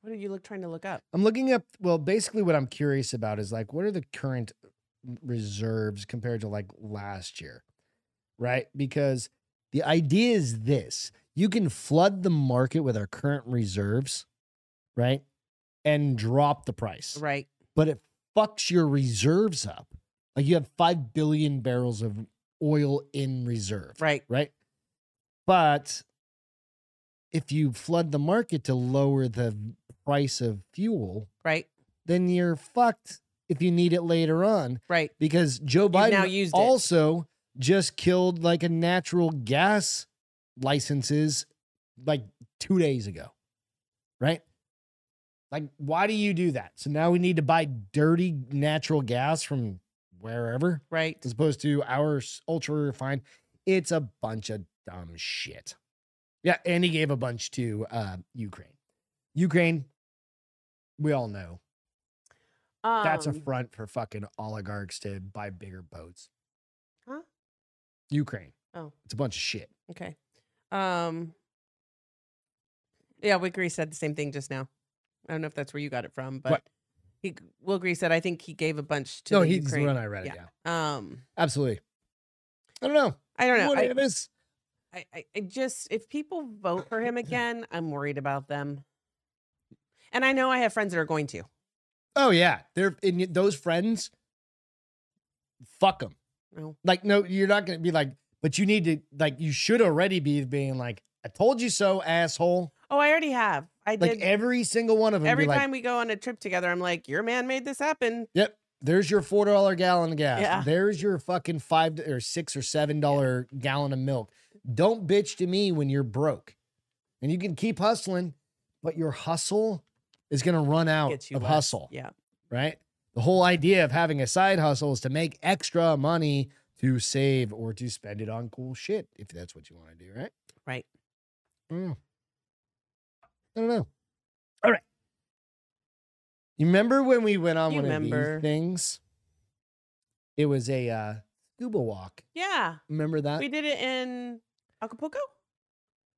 [SPEAKER 3] What are you look trying to look up?
[SPEAKER 2] I'm looking up. Well, basically, what I'm curious about is like, what are the current uh, reserves compared to like last year? Right? Because the idea is this you can flood the market with our current reserves, right? And drop the price.
[SPEAKER 3] Right.
[SPEAKER 2] But it fucks your reserves up. Like you have 5 billion barrels of oil in reserve.
[SPEAKER 3] Right.
[SPEAKER 2] Right. But if you flood the market to lower the price of fuel,
[SPEAKER 3] Right.
[SPEAKER 2] then you're fucked if you need it later on
[SPEAKER 3] Right.
[SPEAKER 2] because Joe
[SPEAKER 3] You've
[SPEAKER 2] Biden
[SPEAKER 3] now used it.
[SPEAKER 2] also just killed like a natural gas licenses like two days ago, right? Like, why do you do that? So now we need to buy dirty natural gas from wherever
[SPEAKER 3] Right.
[SPEAKER 2] as opposed to our ultra refined. It's a bunch of dumb shit. Yeah, and he gave a bunch to uh, Ukraine. Ukraine, we all know
[SPEAKER 3] Um,
[SPEAKER 2] that's a front for fucking oligarchs to buy bigger boats.
[SPEAKER 3] Huh?
[SPEAKER 2] Ukraine.
[SPEAKER 3] Oh.
[SPEAKER 2] It's a bunch of shit.
[SPEAKER 3] okay. Um. Yeah, Wickery said the same thing just now. I don't know if that's where you got it from, but
[SPEAKER 2] What?
[SPEAKER 3] he Will Greer said I think he gave a bunch to
[SPEAKER 2] no,
[SPEAKER 3] the
[SPEAKER 2] he's
[SPEAKER 3] Ukraine.
[SPEAKER 2] the one I read it.
[SPEAKER 3] Yeah.
[SPEAKER 2] Yeah.
[SPEAKER 3] Um.
[SPEAKER 2] Absolutely. I don't know.
[SPEAKER 3] I don't know.
[SPEAKER 2] What
[SPEAKER 3] I-
[SPEAKER 2] it is.
[SPEAKER 3] I, I, I just if people vote for him again, I'm worried about them. And I know I have friends that are going to.
[SPEAKER 2] Oh, yeah. They're and y- those friends. Fuck them.
[SPEAKER 3] No.
[SPEAKER 2] Like, no, you're not going to be like, but you need to, like, you should already be being like, I told you so, asshole.
[SPEAKER 3] Oh, I already have. I
[SPEAKER 2] Like,
[SPEAKER 3] did.
[SPEAKER 2] every single one of them.
[SPEAKER 3] Every
[SPEAKER 2] be like,
[SPEAKER 3] time we go on a trip together, I'm like, "Your man made this happen."
[SPEAKER 2] There's your four dollar gallon of gas.
[SPEAKER 3] Yeah.
[SPEAKER 2] There's your fucking five or six or seven dollar gallon of milk. Don't bitch to me when you're broke, and you can keep hustling, but your hustle is gonna run out
[SPEAKER 3] Gets you
[SPEAKER 2] Oh, of
[SPEAKER 3] less.
[SPEAKER 2] hustle.
[SPEAKER 3] Yeah.
[SPEAKER 2] Right. The whole idea of having a side hustle is to make extra money to save or to spend it on cool shit if that's what you want to do. Right.
[SPEAKER 3] Right.
[SPEAKER 2] Yeah. Mm. I don't know. All right. You remember when we went on
[SPEAKER 3] You
[SPEAKER 2] one
[SPEAKER 3] remember.
[SPEAKER 2] of these things? It was a uh, scuba walk.
[SPEAKER 3] Yeah.
[SPEAKER 2] Remember that?
[SPEAKER 3] We did it in Acapulco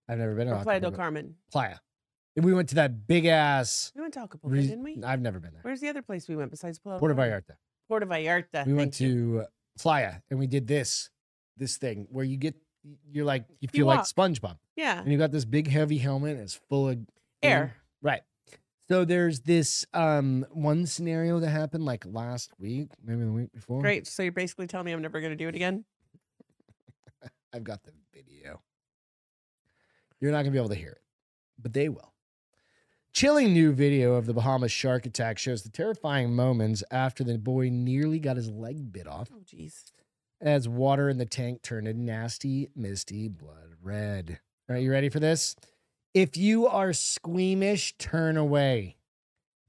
[SPEAKER 2] I've never been
[SPEAKER 3] or
[SPEAKER 2] on
[SPEAKER 3] Playa del
[SPEAKER 2] Acapulco.
[SPEAKER 3] Carmen.
[SPEAKER 2] Playa. And we went to that big ass.
[SPEAKER 3] We went to Acapulco,
[SPEAKER 2] re-
[SPEAKER 3] didn't we?
[SPEAKER 2] I've never been there.
[SPEAKER 3] Where's the other place we went besides Playa del
[SPEAKER 2] Puerto
[SPEAKER 3] Carmen?
[SPEAKER 2] Vallarta.
[SPEAKER 3] Puerto Vallarta.
[SPEAKER 2] We went
[SPEAKER 3] thank you.
[SPEAKER 2] to Playa and we did this, this thing where you get, you're like, you feel like
[SPEAKER 3] walk.
[SPEAKER 2] SpongeBob.
[SPEAKER 3] Yeah.
[SPEAKER 2] And you got this big heavy helmet and it's full of
[SPEAKER 3] Air.
[SPEAKER 2] Right. So there's this um one scenario that happened like last week, maybe the week before.
[SPEAKER 3] Great. So you're basically telling me I'm never going to do it again?
[SPEAKER 2] I've got the video. You're not gonna be able to hear it, but they will. Chilling new video of the Bahamas shark attack shows the terrifying moments after the boy nearly got his leg bit off
[SPEAKER 3] Oh, jeez.
[SPEAKER 2] as water in the tank turned a nasty, misty blood red. All right, you ready for this? If you are squeamish, turn away.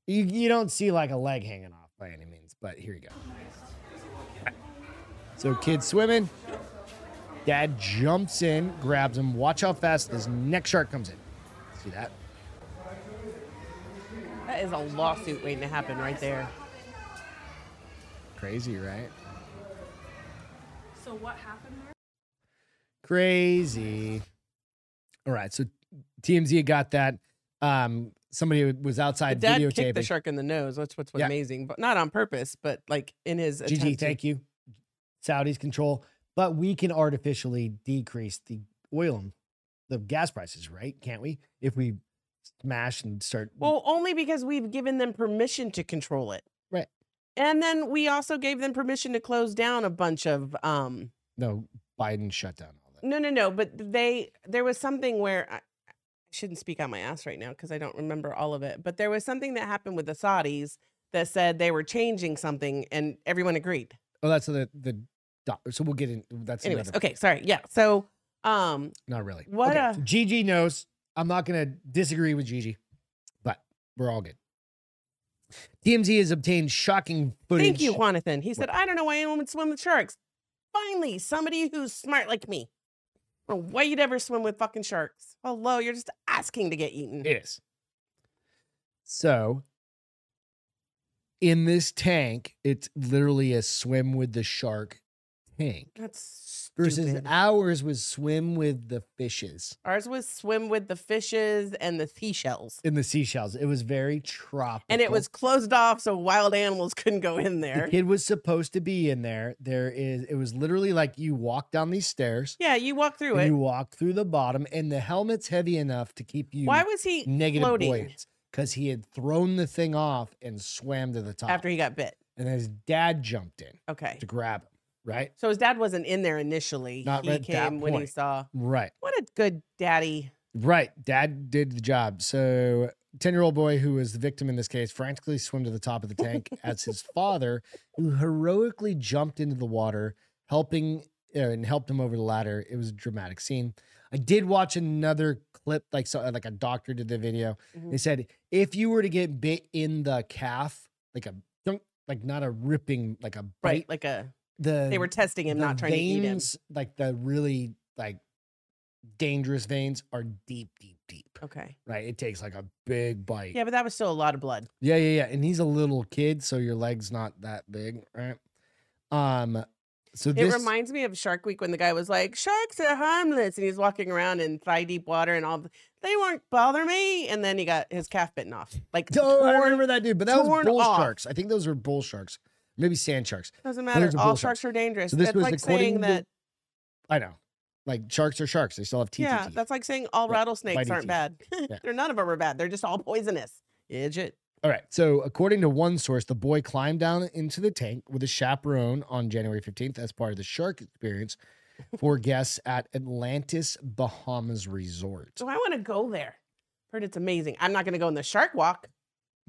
[SPEAKER 2] You, you don't see like a leg hanging off by any means, but here you go. So, kid swimming. Dad jumps in, grabs him. Watch how fast this next shark comes in. See that?
[SPEAKER 3] That is a lawsuit waiting to happen right there.
[SPEAKER 2] Crazy, right?
[SPEAKER 6] So what happened there?
[SPEAKER 2] Crazy. All right, so TMZ got that. Um, somebody was
[SPEAKER 3] The
[SPEAKER 2] outside
[SPEAKER 3] dad kicked the
[SPEAKER 2] videotaping.
[SPEAKER 3] shark in the nose. That's what's
[SPEAKER 2] Yeah.
[SPEAKER 3] amazing, but not on purpose, but like in his
[SPEAKER 2] GG,
[SPEAKER 3] attempt to-
[SPEAKER 2] thank you. Saudi's control, but we can artificially decrease the oil, the gas prices, right? Can't we? If we smash and start,
[SPEAKER 3] Well, only because we've given them permission to control it.
[SPEAKER 2] Right.
[SPEAKER 3] And then we also gave them permission to close down a bunch of um
[SPEAKER 2] no, Biden shut down all that.
[SPEAKER 3] no no no, but they there was something where I, I shouldn't speak on my ass right now because I don't remember all of it, but there was something that happened with the Saudis that said they were changing something and everyone agreed.
[SPEAKER 2] Oh, that's the the. doc- So we'll get in. That's
[SPEAKER 3] Anyways,
[SPEAKER 2] another.
[SPEAKER 3] okay, sorry. Yeah. So um
[SPEAKER 2] Not really.
[SPEAKER 3] What
[SPEAKER 2] okay.
[SPEAKER 3] a-
[SPEAKER 2] so Gigi knows. I'm not going to disagree with Gigi, but we're all good. TMZ has obtained shocking footage.
[SPEAKER 3] thank you, Jonathan. He said, I don't know why anyone would swim with sharks. Finally, somebody who's smart like me. Or why you'd ever swim with fucking sharks. Hello, you're just asking to get eaten.
[SPEAKER 2] It is. So, in this tank, it's literally a swim with the shark tank
[SPEAKER 3] That's
[SPEAKER 2] versus
[SPEAKER 3] stupid.
[SPEAKER 2] ours was swim with the fishes
[SPEAKER 3] Ours was swim with the fishes and the seashells.
[SPEAKER 2] in the seashells. It was very tropical.
[SPEAKER 3] And it was closed off so wild animals couldn't go in
[SPEAKER 2] the
[SPEAKER 3] there.
[SPEAKER 2] kid was supposed to be in there. There is it was literally like you walk down these stairs
[SPEAKER 3] Yeah, you walk through
[SPEAKER 2] and
[SPEAKER 3] it.
[SPEAKER 2] you walk through the bottom and the helmet's heavy enough to keep you
[SPEAKER 3] Why was he
[SPEAKER 2] negative
[SPEAKER 3] floating?
[SPEAKER 2] buoyance because he had thrown the thing off and swam to the top
[SPEAKER 3] after he got bit?
[SPEAKER 2] and then his dad jumped in
[SPEAKER 3] Okay.
[SPEAKER 2] to grab him. Right,
[SPEAKER 3] So his dad wasn't in there initially.
[SPEAKER 2] Not
[SPEAKER 3] he
[SPEAKER 2] at that
[SPEAKER 3] came when he
[SPEAKER 2] point.
[SPEAKER 3] saw.
[SPEAKER 2] right,
[SPEAKER 3] What a good daddy.
[SPEAKER 2] right. Dad did the job. So. 10 year old boy who was the victim in this case frantically swam to the top of the tank as his father, who heroically jumped into the water, helping uh, and helped him over the ladder. It was a dramatic scene. I did watch another clip, like so, like a doctor did the video.
[SPEAKER 3] Mm-hmm.
[SPEAKER 2] They said if you were to get bit in the calf, like a dunk, like not a ripping, like a bite,
[SPEAKER 3] Right. Like a.
[SPEAKER 2] the
[SPEAKER 3] They were testing him,
[SPEAKER 2] the
[SPEAKER 3] not trying to eat him.
[SPEAKER 2] veins, Like the really like dangerous veins are deep, deep, deep.
[SPEAKER 3] Okay.
[SPEAKER 2] Right, it takes like a big bite.
[SPEAKER 3] Yeah, but that was still a lot of blood.
[SPEAKER 2] Yeah, yeah, yeah. And he's a little kid, so your leg's not that big, right? Um, so
[SPEAKER 3] It
[SPEAKER 2] this
[SPEAKER 3] reminds me of Shark Week when the guy was like, "Sharks are harmless," and he's walking around in thigh deep water, and all the, they won't bother me. And then he got his calf bitten off. Like
[SPEAKER 2] oh, I
[SPEAKER 3] torn-
[SPEAKER 2] remember that dude, but that was
[SPEAKER 3] torn
[SPEAKER 2] bull
[SPEAKER 3] off.
[SPEAKER 2] sharks. I think those were bull sharks, maybe sand sharks.
[SPEAKER 3] doesn't matter.
[SPEAKER 2] a bull
[SPEAKER 3] All
[SPEAKER 2] shark.
[SPEAKER 3] sharks are dangerous.
[SPEAKER 2] So this
[SPEAKER 3] that's
[SPEAKER 2] was
[SPEAKER 3] like
[SPEAKER 2] according
[SPEAKER 3] saying
[SPEAKER 2] to-
[SPEAKER 3] that.
[SPEAKER 2] I know, like sharks are sharks. They still have teeth. and
[SPEAKER 3] yeah,
[SPEAKER 2] teeth.
[SPEAKER 3] that's like saying all
[SPEAKER 2] Right,
[SPEAKER 3] rattlesnakes
[SPEAKER 2] bitey
[SPEAKER 3] aren't
[SPEAKER 2] teeth.
[SPEAKER 3] bad. They're none of them are bad. They're just all poisonous. Idiot.
[SPEAKER 2] All right. So, according to one source, the boy climbed down into the tank with a chaperone on January 15th as part of the shark experience for guests at Atlantis Bahamas Resort.
[SPEAKER 3] So I want to go there. Heard it's amazing. I'm not going to go in the shark walk.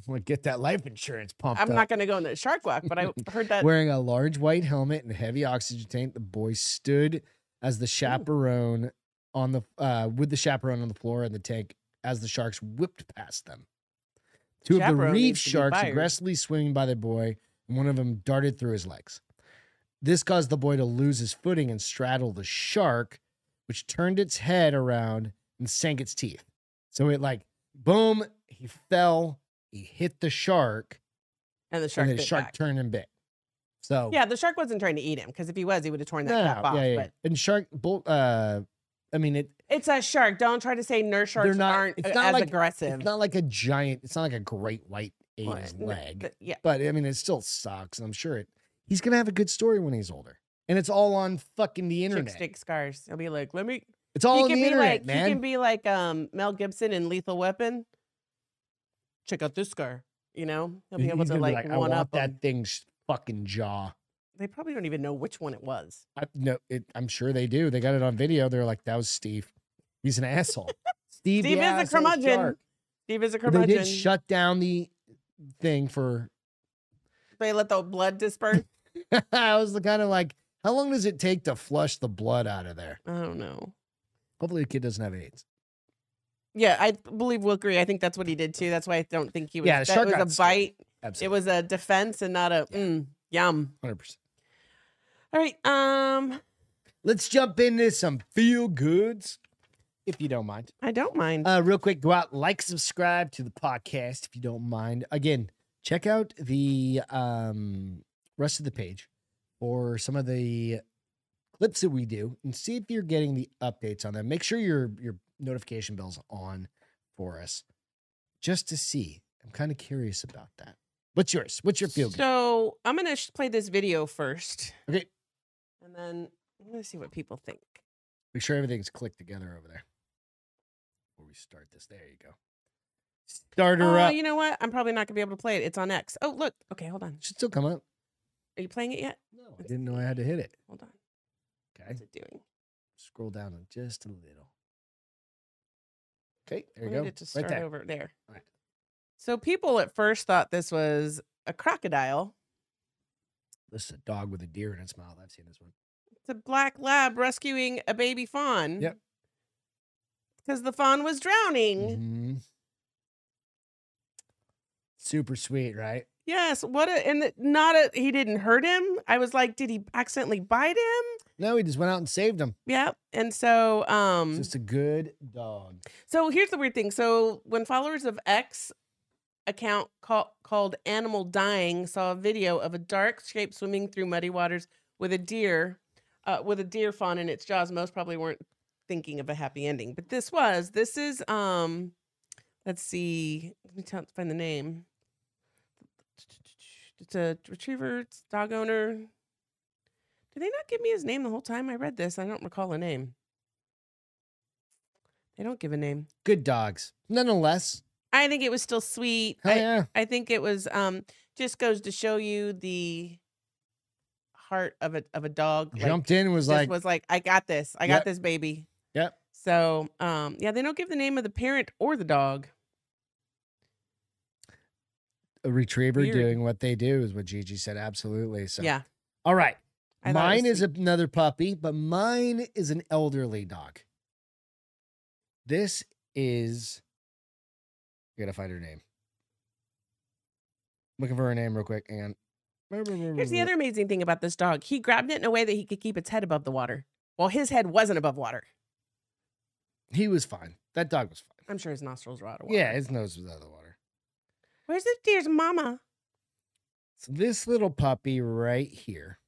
[SPEAKER 2] Well, get that life insurance pumped
[SPEAKER 3] I'm
[SPEAKER 2] up.
[SPEAKER 3] not going to go in the shark walk, but I heard that.
[SPEAKER 2] Wearing a large white helmet and heavy oxygen tank, the boy stood as the chaperone on the uh, with the chaperone on the floor in the tank as the sharks whipped past them. Two of the
[SPEAKER 3] Chaperone
[SPEAKER 2] reef
[SPEAKER 3] needs to be
[SPEAKER 2] sharks
[SPEAKER 3] fired.
[SPEAKER 2] aggressively swimming by the boy, and one of them darted through his legs. This caused the boy to lose his footing and straddle the shark, which turned its head around and sank its teeth. So it like boom, he fell, he hit the shark,
[SPEAKER 3] and the shark
[SPEAKER 2] and the
[SPEAKER 3] bit
[SPEAKER 2] shark
[SPEAKER 3] back.
[SPEAKER 2] turned and bit. So
[SPEAKER 3] Yeah, the shark wasn't trying to eat him because if he was, he would have torn that cap off. But
[SPEAKER 2] And shark bull. Uh, I mean, it,
[SPEAKER 3] It's a shark. Don't try to say nurse
[SPEAKER 2] They're
[SPEAKER 3] sharks
[SPEAKER 2] not-
[SPEAKER 3] aren't
[SPEAKER 2] it's
[SPEAKER 3] uh,
[SPEAKER 2] not
[SPEAKER 3] as
[SPEAKER 2] like-
[SPEAKER 3] aggressive.
[SPEAKER 2] it's not like a giant. It's not like a great white ate
[SPEAKER 3] Well,
[SPEAKER 2] his
[SPEAKER 3] n-
[SPEAKER 2] leg.
[SPEAKER 3] th- yeah.
[SPEAKER 2] But I mean, it still sucks. And I'm sure it. He's gonna have a good story when he's older, and it's all on fucking the
[SPEAKER 3] Chick
[SPEAKER 2] internet.
[SPEAKER 3] stick scars. He'll be like, let me.
[SPEAKER 2] It's all
[SPEAKER 3] he
[SPEAKER 2] on the
[SPEAKER 3] can be
[SPEAKER 2] internet,
[SPEAKER 3] like,
[SPEAKER 2] man.
[SPEAKER 3] he can be like um, Mel Gibson in Lethal Weapon. Check out this scar. You know, he'll be able
[SPEAKER 2] He's
[SPEAKER 3] to
[SPEAKER 2] gonna be
[SPEAKER 3] like,
[SPEAKER 2] I
[SPEAKER 3] one
[SPEAKER 2] want
[SPEAKER 3] up. 'em."
[SPEAKER 2] that thing's fucking jaw.
[SPEAKER 3] They probably don't even know which one it was.
[SPEAKER 2] I, no, it, I'm sure they do. They got it on video. They're like, that was Steve. He's an asshole.
[SPEAKER 3] Steve
[SPEAKER 2] Steve, the
[SPEAKER 3] is a
[SPEAKER 2] asshole
[SPEAKER 3] curmudgeon.
[SPEAKER 2] shark.
[SPEAKER 3] Steve is a
[SPEAKER 2] But They
[SPEAKER 3] curmudgeon.
[SPEAKER 2] did shut down the thing for
[SPEAKER 3] They let the blood disperse.
[SPEAKER 2] I was kind of like, how long does it take to flush the blood out of there?
[SPEAKER 3] I don't know.
[SPEAKER 2] Hopefully, the kid doesn't have AIDS.
[SPEAKER 3] Yeah, I believe we'll agree. I think that's what he did too. That's why I don't think he was.
[SPEAKER 2] Yeah, the
[SPEAKER 3] that
[SPEAKER 2] shark
[SPEAKER 3] was
[SPEAKER 2] got
[SPEAKER 3] a
[SPEAKER 2] scared.
[SPEAKER 3] bite. It
[SPEAKER 2] Absolutely,
[SPEAKER 3] was a defense and not a mm, yum.
[SPEAKER 2] hundred percent.
[SPEAKER 3] All right. Um,
[SPEAKER 2] Let's jump into some feel goods, if you don't mind.
[SPEAKER 3] I don't mind.
[SPEAKER 2] Uh, real quick, go out, like, subscribe to the podcast if you don't mind. Again, check out the um, rest of the page or some of the clips that we do and see if you're getting the updates on them. Make sure your your notification bell's on for us just to see. I'm kind of curious about that. What's yours? What's your feel good?
[SPEAKER 3] So I'm gonna sh- play this video first.
[SPEAKER 2] Okay.
[SPEAKER 3] And then I'm gonna see what people think.
[SPEAKER 2] Make sure everything's clicked together over there. Before we start this, there you go. Starter
[SPEAKER 3] Oh,
[SPEAKER 2] up.
[SPEAKER 3] you know what? I'm probably not gonna be able to play it. It's on X. Oh, look. Okay, hold on.
[SPEAKER 2] Should still come up.
[SPEAKER 3] Are you playing it yet?
[SPEAKER 2] No, I didn't know I had to hit it.
[SPEAKER 3] Hold on.
[SPEAKER 2] Okay.
[SPEAKER 3] What's it doing?
[SPEAKER 2] scroll down a- just a little. Okay, there you
[SPEAKER 3] I
[SPEAKER 2] go.
[SPEAKER 3] need it to start
[SPEAKER 2] there.
[SPEAKER 3] over there.
[SPEAKER 2] All right.
[SPEAKER 3] So people at first thought this was a crocodile.
[SPEAKER 2] This is a dog with a deer in its mouth. I've seen this one.
[SPEAKER 3] It's a black lab rescuing a baby fawn.
[SPEAKER 2] Yep.
[SPEAKER 3] Because the fawn was drowning.
[SPEAKER 2] Mhm. Super sweet, right?
[SPEAKER 3] Yes. What a and it- not a he didn't hurt him. I was like, did he accidentally bite him?
[SPEAKER 2] No, he just went out and saved him.
[SPEAKER 3] Yep. And so um
[SPEAKER 2] It's Just a good dog.
[SPEAKER 3] So here's the weird thing. So when followers of X account call, called Animal Dying saw a video of a dark shape swimming through muddy waters with a deer, uh, with a deer fawn in its jaws. Most probably weren't thinking of a happy ending, but this was. This is um, let's see, let me tell, find the name. It's a retriever it's dog owner. Did they not give me his name the whole time I read this? I don't recall a name. They don't give a name.
[SPEAKER 2] Good dogs. Nonetheless,
[SPEAKER 3] I think it was still sweet.
[SPEAKER 2] hell
[SPEAKER 3] I-
[SPEAKER 2] yeah.
[SPEAKER 3] I think it was um just goes to show you the heart of a of a dog. like,
[SPEAKER 2] Jumped in and was
[SPEAKER 3] just
[SPEAKER 2] like,
[SPEAKER 3] was like, I got this. I
[SPEAKER 2] Yep.
[SPEAKER 3] got this baby.
[SPEAKER 2] Yep.
[SPEAKER 3] So um yeah, they don't give the name of the parent or the dog.
[SPEAKER 2] a retriever
[SPEAKER 3] Weird.
[SPEAKER 2] doing what they do is what Gigi said. Absolutely. So,
[SPEAKER 3] yeah.
[SPEAKER 2] All right.
[SPEAKER 3] I thought it
[SPEAKER 2] mine
[SPEAKER 3] was
[SPEAKER 2] is another puppy, but mine is an elderly dog. This is. I gotta find her name. Looking for her name real quick. Hang on.
[SPEAKER 3] Here's the other amazing thing about this dog. He grabbed it in a way that he could keep its head above the water. Well, his head wasn't above water.
[SPEAKER 2] He was fine. That dog was fine.
[SPEAKER 3] I'm sure his nostrils were out of water.
[SPEAKER 2] Yeah, his nose was out of the water.
[SPEAKER 3] Where's this deer's mama?
[SPEAKER 2] So this little puppy right here.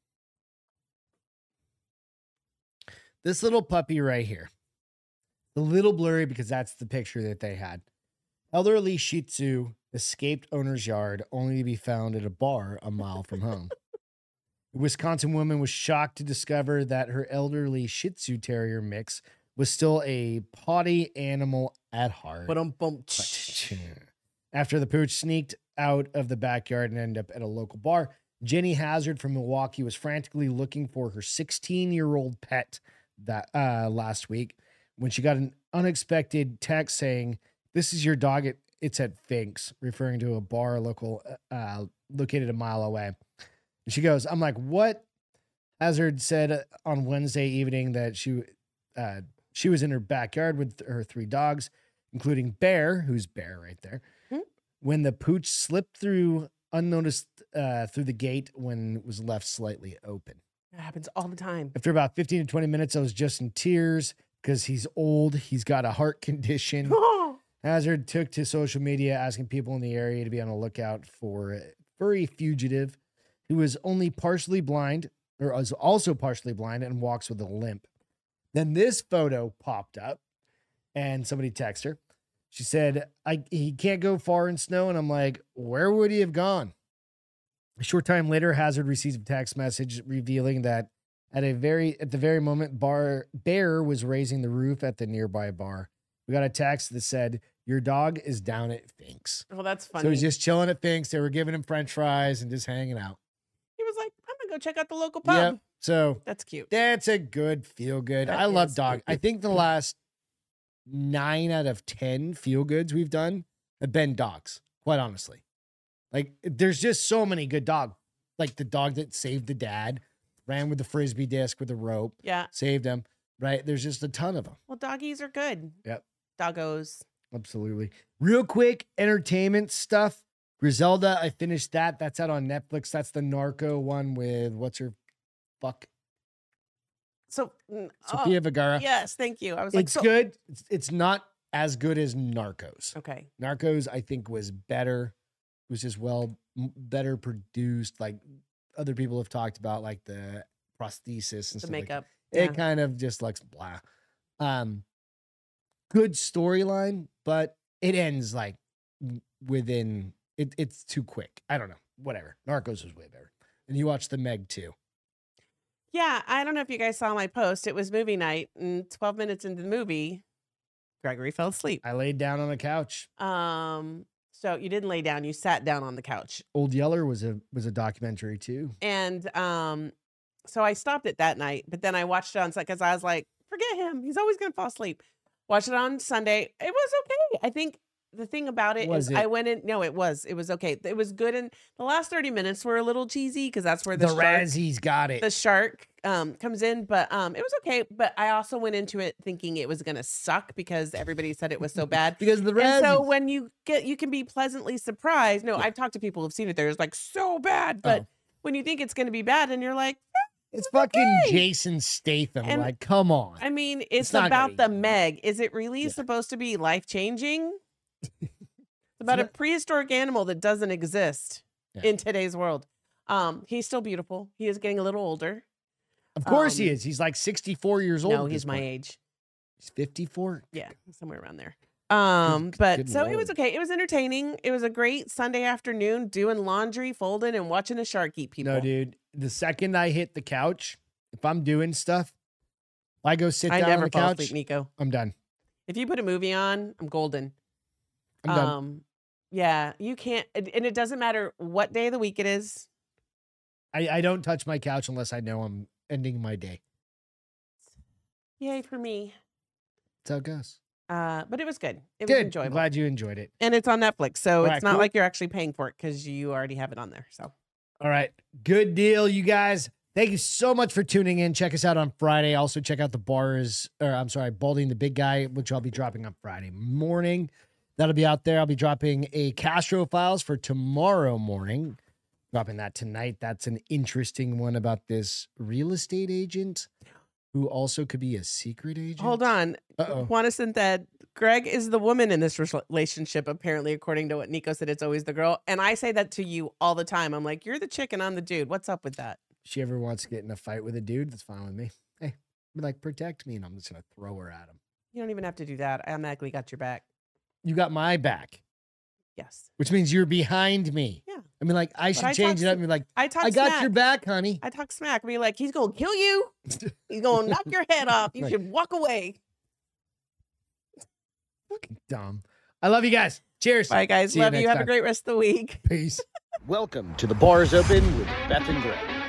[SPEAKER 2] This little puppy right here. The little blurry because that's the picture that they had. Elderly Shih Tzu escaped owner's yard only to be found at a bar a mile from home. A Wisconsin woman was shocked to discover that her elderly Shih Tzu terrier mix was still a potty animal at heart.
[SPEAKER 5] But um, bump.
[SPEAKER 2] After the pooch sneaked out of the backyard and ended up at a local bar, Jenny Hazard from Milwaukee was frantically looking for her 16-year-old pet that uh, last week when she got an unexpected text saying, "This is your dog. It, it's at Fink's," referring to a bar local uh, located a mile away. And she goes, "I'm like, what?" Hazard said uh, on Wednesday evening that she uh, she was in her backyard with her three dogs, including Bear, who's Bear right there.
[SPEAKER 3] Hmm.
[SPEAKER 2] When the pooch slipped through unnoticed uh, through the gate when it was left slightly open.
[SPEAKER 3] That happens all the time.
[SPEAKER 2] After about 15 to 20 minutes, I was just in tears because he's old. He's got a heart condition.
[SPEAKER 3] Oh,
[SPEAKER 2] Hazard took to social media asking people in the area to be on the lookout for a furry fugitive who is only partially blind or is also partially blind and walks with a limp. Then this photo popped up and somebody texted her. She said, I he can't go far in snow. And I'm like, where would he have gone? A short time later, Hazard receives a text message revealing that at a very at the very moment bar bear was raising the roof at the nearby bar. We got a text that said, Your dog is down at Fink's.
[SPEAKER 3] well, that's funny.
[SPEAKER 2] So he's just chilling at Fink's. They were giving him French fries and just hanging out.
[SPEAKER 3] he was like, I'm gonna go check out the local pub.
[SPEAKER 2] Yep. So
[SPEAKER 3] That's cute.
[SPEAKER 2] that's a good feel good.
[SPEAKER 3] That
[SPEAKER 2] I love
[SPEAKER 3] is
[SPEAKER 2] dog. I think the last nine out of 10 feel goods we've done have been dogs, quite honestly. Like there's just so many good dog. Like the dog that saved the dad, ran with the frisbee disc with a rope,
[SPEAKER 3] Yeah.
[SPEAKER 2] saved him, right? There's just a ton of them.
[SPEAKER 3] Well, doggies are good.
[SPEAKER 2] Yep.
[SPEAKER 3] Doggos.
[SPEAKER 2] Absolutely. Real quick entertainment stuff. Griselda, I finished that. That's out on Netflix. That's the narco one with what's her fuck
[SPEAKER 3] So, mm, oh,
[SPEAKER 2] Sofia Vergara.
[SPEAKER 3] yes, thank you. I was like,
[SPEAKER 2] it's
[SPEAKER 3] so- Oh.
[SPEAKER 2] good. It's, it's not as good as Narcos.
[SPEAKER 3] Okay.
[SPEAKER 2] Narcos, I think, was better. It was just well m- better produced. Like other people have talked about, like the prosthesis and
[SPEAKER 3] The
[SPEAKER 2] stuff like
[SPEAKER 3] makeup.
[SPEAKER 2] it kind of just looks blah. Um, good storyline, but it ends like w- within it, it's too quick. I don't know. Whatever. Narcos was way better. And you watched the Meg too.
[SPEAKER 3] Yeah, I don't know if you guys saw my post. It was movie night, and 12 minutes into the movie, Gregory fell asleep.
[SPEAKER 2] I laid down on a couch.
[SPEAKER 3] Um, so you didn't lay down; you sat down on the couch,
[SPEAKER 2] Old Yeller was a was a documentary too.
[SPEAKER 3] and um, so I stopped it that night. But then I watched it on because I was like, forget him; he's always gonna fall asleep. Watched it on Sunday. It was okay. I think the thing about it is
[SPEAKER 2] Was
[SPEAKER 3] I
[SPEAKER 2] it-
[SPEAKER 3] went in. No, it was. It was okay. It was good, and the last 30 minutes were a little cheesy because that's where the,
[SPEAKER 2] the
[SPEAKER 3] shark-
[SPEAKER 2] Razzies got it.
[SPEAKER 3] the shark um comes in but um it was okay but i also went into it thinking it was gonna suck because everybody said it was so bad
[SPEAKER 2] because the Razzies.
[SPEAKER 3] and so when you get you can be pleasantly surprised no i've talked to people who've seen it there's like so bad but
[SPEAKER 2] Oh.
[SPEAKER 3] when you think it's gonna be bad and you're like
[SPEAKER 2] it's fucking
[SPEAKER 3] okay.
[SPEAKER 2] Jason Statham.
[SPEAKER 3] And-
[SPEAKER 2] like, come on.
[SPEAKER 3] i mean it's,
[SPEAKER 2] not gonna
[SPEAKER 3] about the
[SPEAKER 2] be-
[SPEAKER 3] meg is it really
[SPEAKER 2] Yeah.
[SPEAKER 3] supposed to be life changing it's about a
[SPEAKER 2] not-
[SPEAKER 3] prehistoric animal that doesn't exist
[SPEAKER 2] Yeah.
[SPEAKER 3] in today's world um he's still beautiful he is getting a little older
[SPEAKER 2] Of course he
[SPEAKER 3] Um,
[SPEAKER 2] is. He's like 64 years old.
[SPEAKER 3] No,
[SPEAKER 2] at
[SPEAKER 3] he's
[SPEAKER 2] this
[SPEAKER 3] my
[SPEAKER 2] point.
[SPEAKER 3] age.
[SPEAKER 2] He's 54.
[SPEAKER 3] Yeah, somewhere around there. Um,
[SPEAKER 2] good-
[SPEAKER 3] but
[SPEAKER 2] good
[SPEAKER 3] so it was
[SPEAKER 2] lord.
[SPEAKER 3] okay. It was entertaining. It was a great Sunday afternoon doing laundry, folding, and watching a shark eat people.
[SPEAKER 2] No, dude. The second I hit the couch, if I'm doing stuff, I go sit
[SPEAKER 3] I
[SPEAKER 2] down
[SPEAKER 3] never
[SPEAKER 2] on the
[SPEAKER 3] fall
[SPEAKER 2] couch.
[SPEAKER 3] asleep, Nico.
[SPEAKER 2] I'm done.
[SPEAKER 3] If you put a movie on, I'm golden.
[SPEAKER 2] I'm done.
[SPEAKER 3] Um, yeah, you can't, and and it doesn't matter what day of the week it is.
[SPEAKER 2] I, I don't touch my couch unless I know I'm ending my day.
[SPEAKER 3] Yay for me.
[SPEAKER 2] That's how it goes.
[SPEAKER 3] Uh, but it was good. It was
[SPEAKER 2] Good. I'm
[SPEAKER 3] enjoyable.
[SPEAKER 2] glad you enjoyed it.
[SPEAKER 3] and it's on Netflix, so
[SPEAKER 2] Alright,
[SPEAKER 3] it's not
[SPEAKER 2] cool.
[SPEAKER 3] like you're actually paying for it because you already have it on there. So
[SPEAKER 2] All right. Good deal, you guys. Thank you so much for tuning in. Check us out on Friday. Also, check out the bars, or I'm sorry, Balding the Big Guy, which I'll be dropping on Friday morning. That'll be out there. I'll be dropping a Castro Files for tomorrow morning. Dropping that tonight. That's an interesting one about this real estate agent who also could be a secret agent.
[SPEAKER 3] hold on,
[SPEAKER 2] Uh oh.
[SPEAKER 3] Juanison said Greg is the woman in this rela- relationship. Apparently, according to what Nico said, it's always the girl, and I say that to you all the time. I'm like, you're the chick and I'm the dude. What's up with that?
[SPEAKER 2] She ever wants to get in a fight with a dude? That's fine with me. Hey, like protect me, and I'm just gonna throw her at him.
[SPEAKER 3] You don't even have to do that. I automatically got your back.
[SPEAKER 2] You got my back.
[SPEAKER 3] Yes,
[SPEAKER 2] which means you're behind me.
[SPEAKER 3] Yeah.
[SPEAKER 2] I mean, like, I should
[SPEAKER 3] I
[SPEAKER 2] change
[SPEAKER 3] talked
[SPEAKER 2] it
[SPEAKER 3] to-
[SPEAKER 2] up and be like,
[SPEAKER 3] I talk.
[SPEAKER 2] I got
[SPEAKER 3] smack.
[SPEAKER 2] your back, honey.
[SPEAKER 3] I talk smack. Be like, he's gonna kill you. He's gonna knock your head off. You
[SPEAKER 2] Right.
[SPEAKER 3] should walk away.
[SPEAKER 2] Fucking dumb. I love you guys. Cheers.
[SPEAKER 3] Bye, guys.
[SPEAKER 2] See you
[SPEAKER 3] Love you.
[SPEAKER 2] next
[SPEAKER 3] Have a
[SPEAKER 2] time.
[SPEAKER 3] great rest of the week.
[SPEAKER 2] Peace.
[SPEAKER 1] Welcome to the Bars Open with Beth and Greg.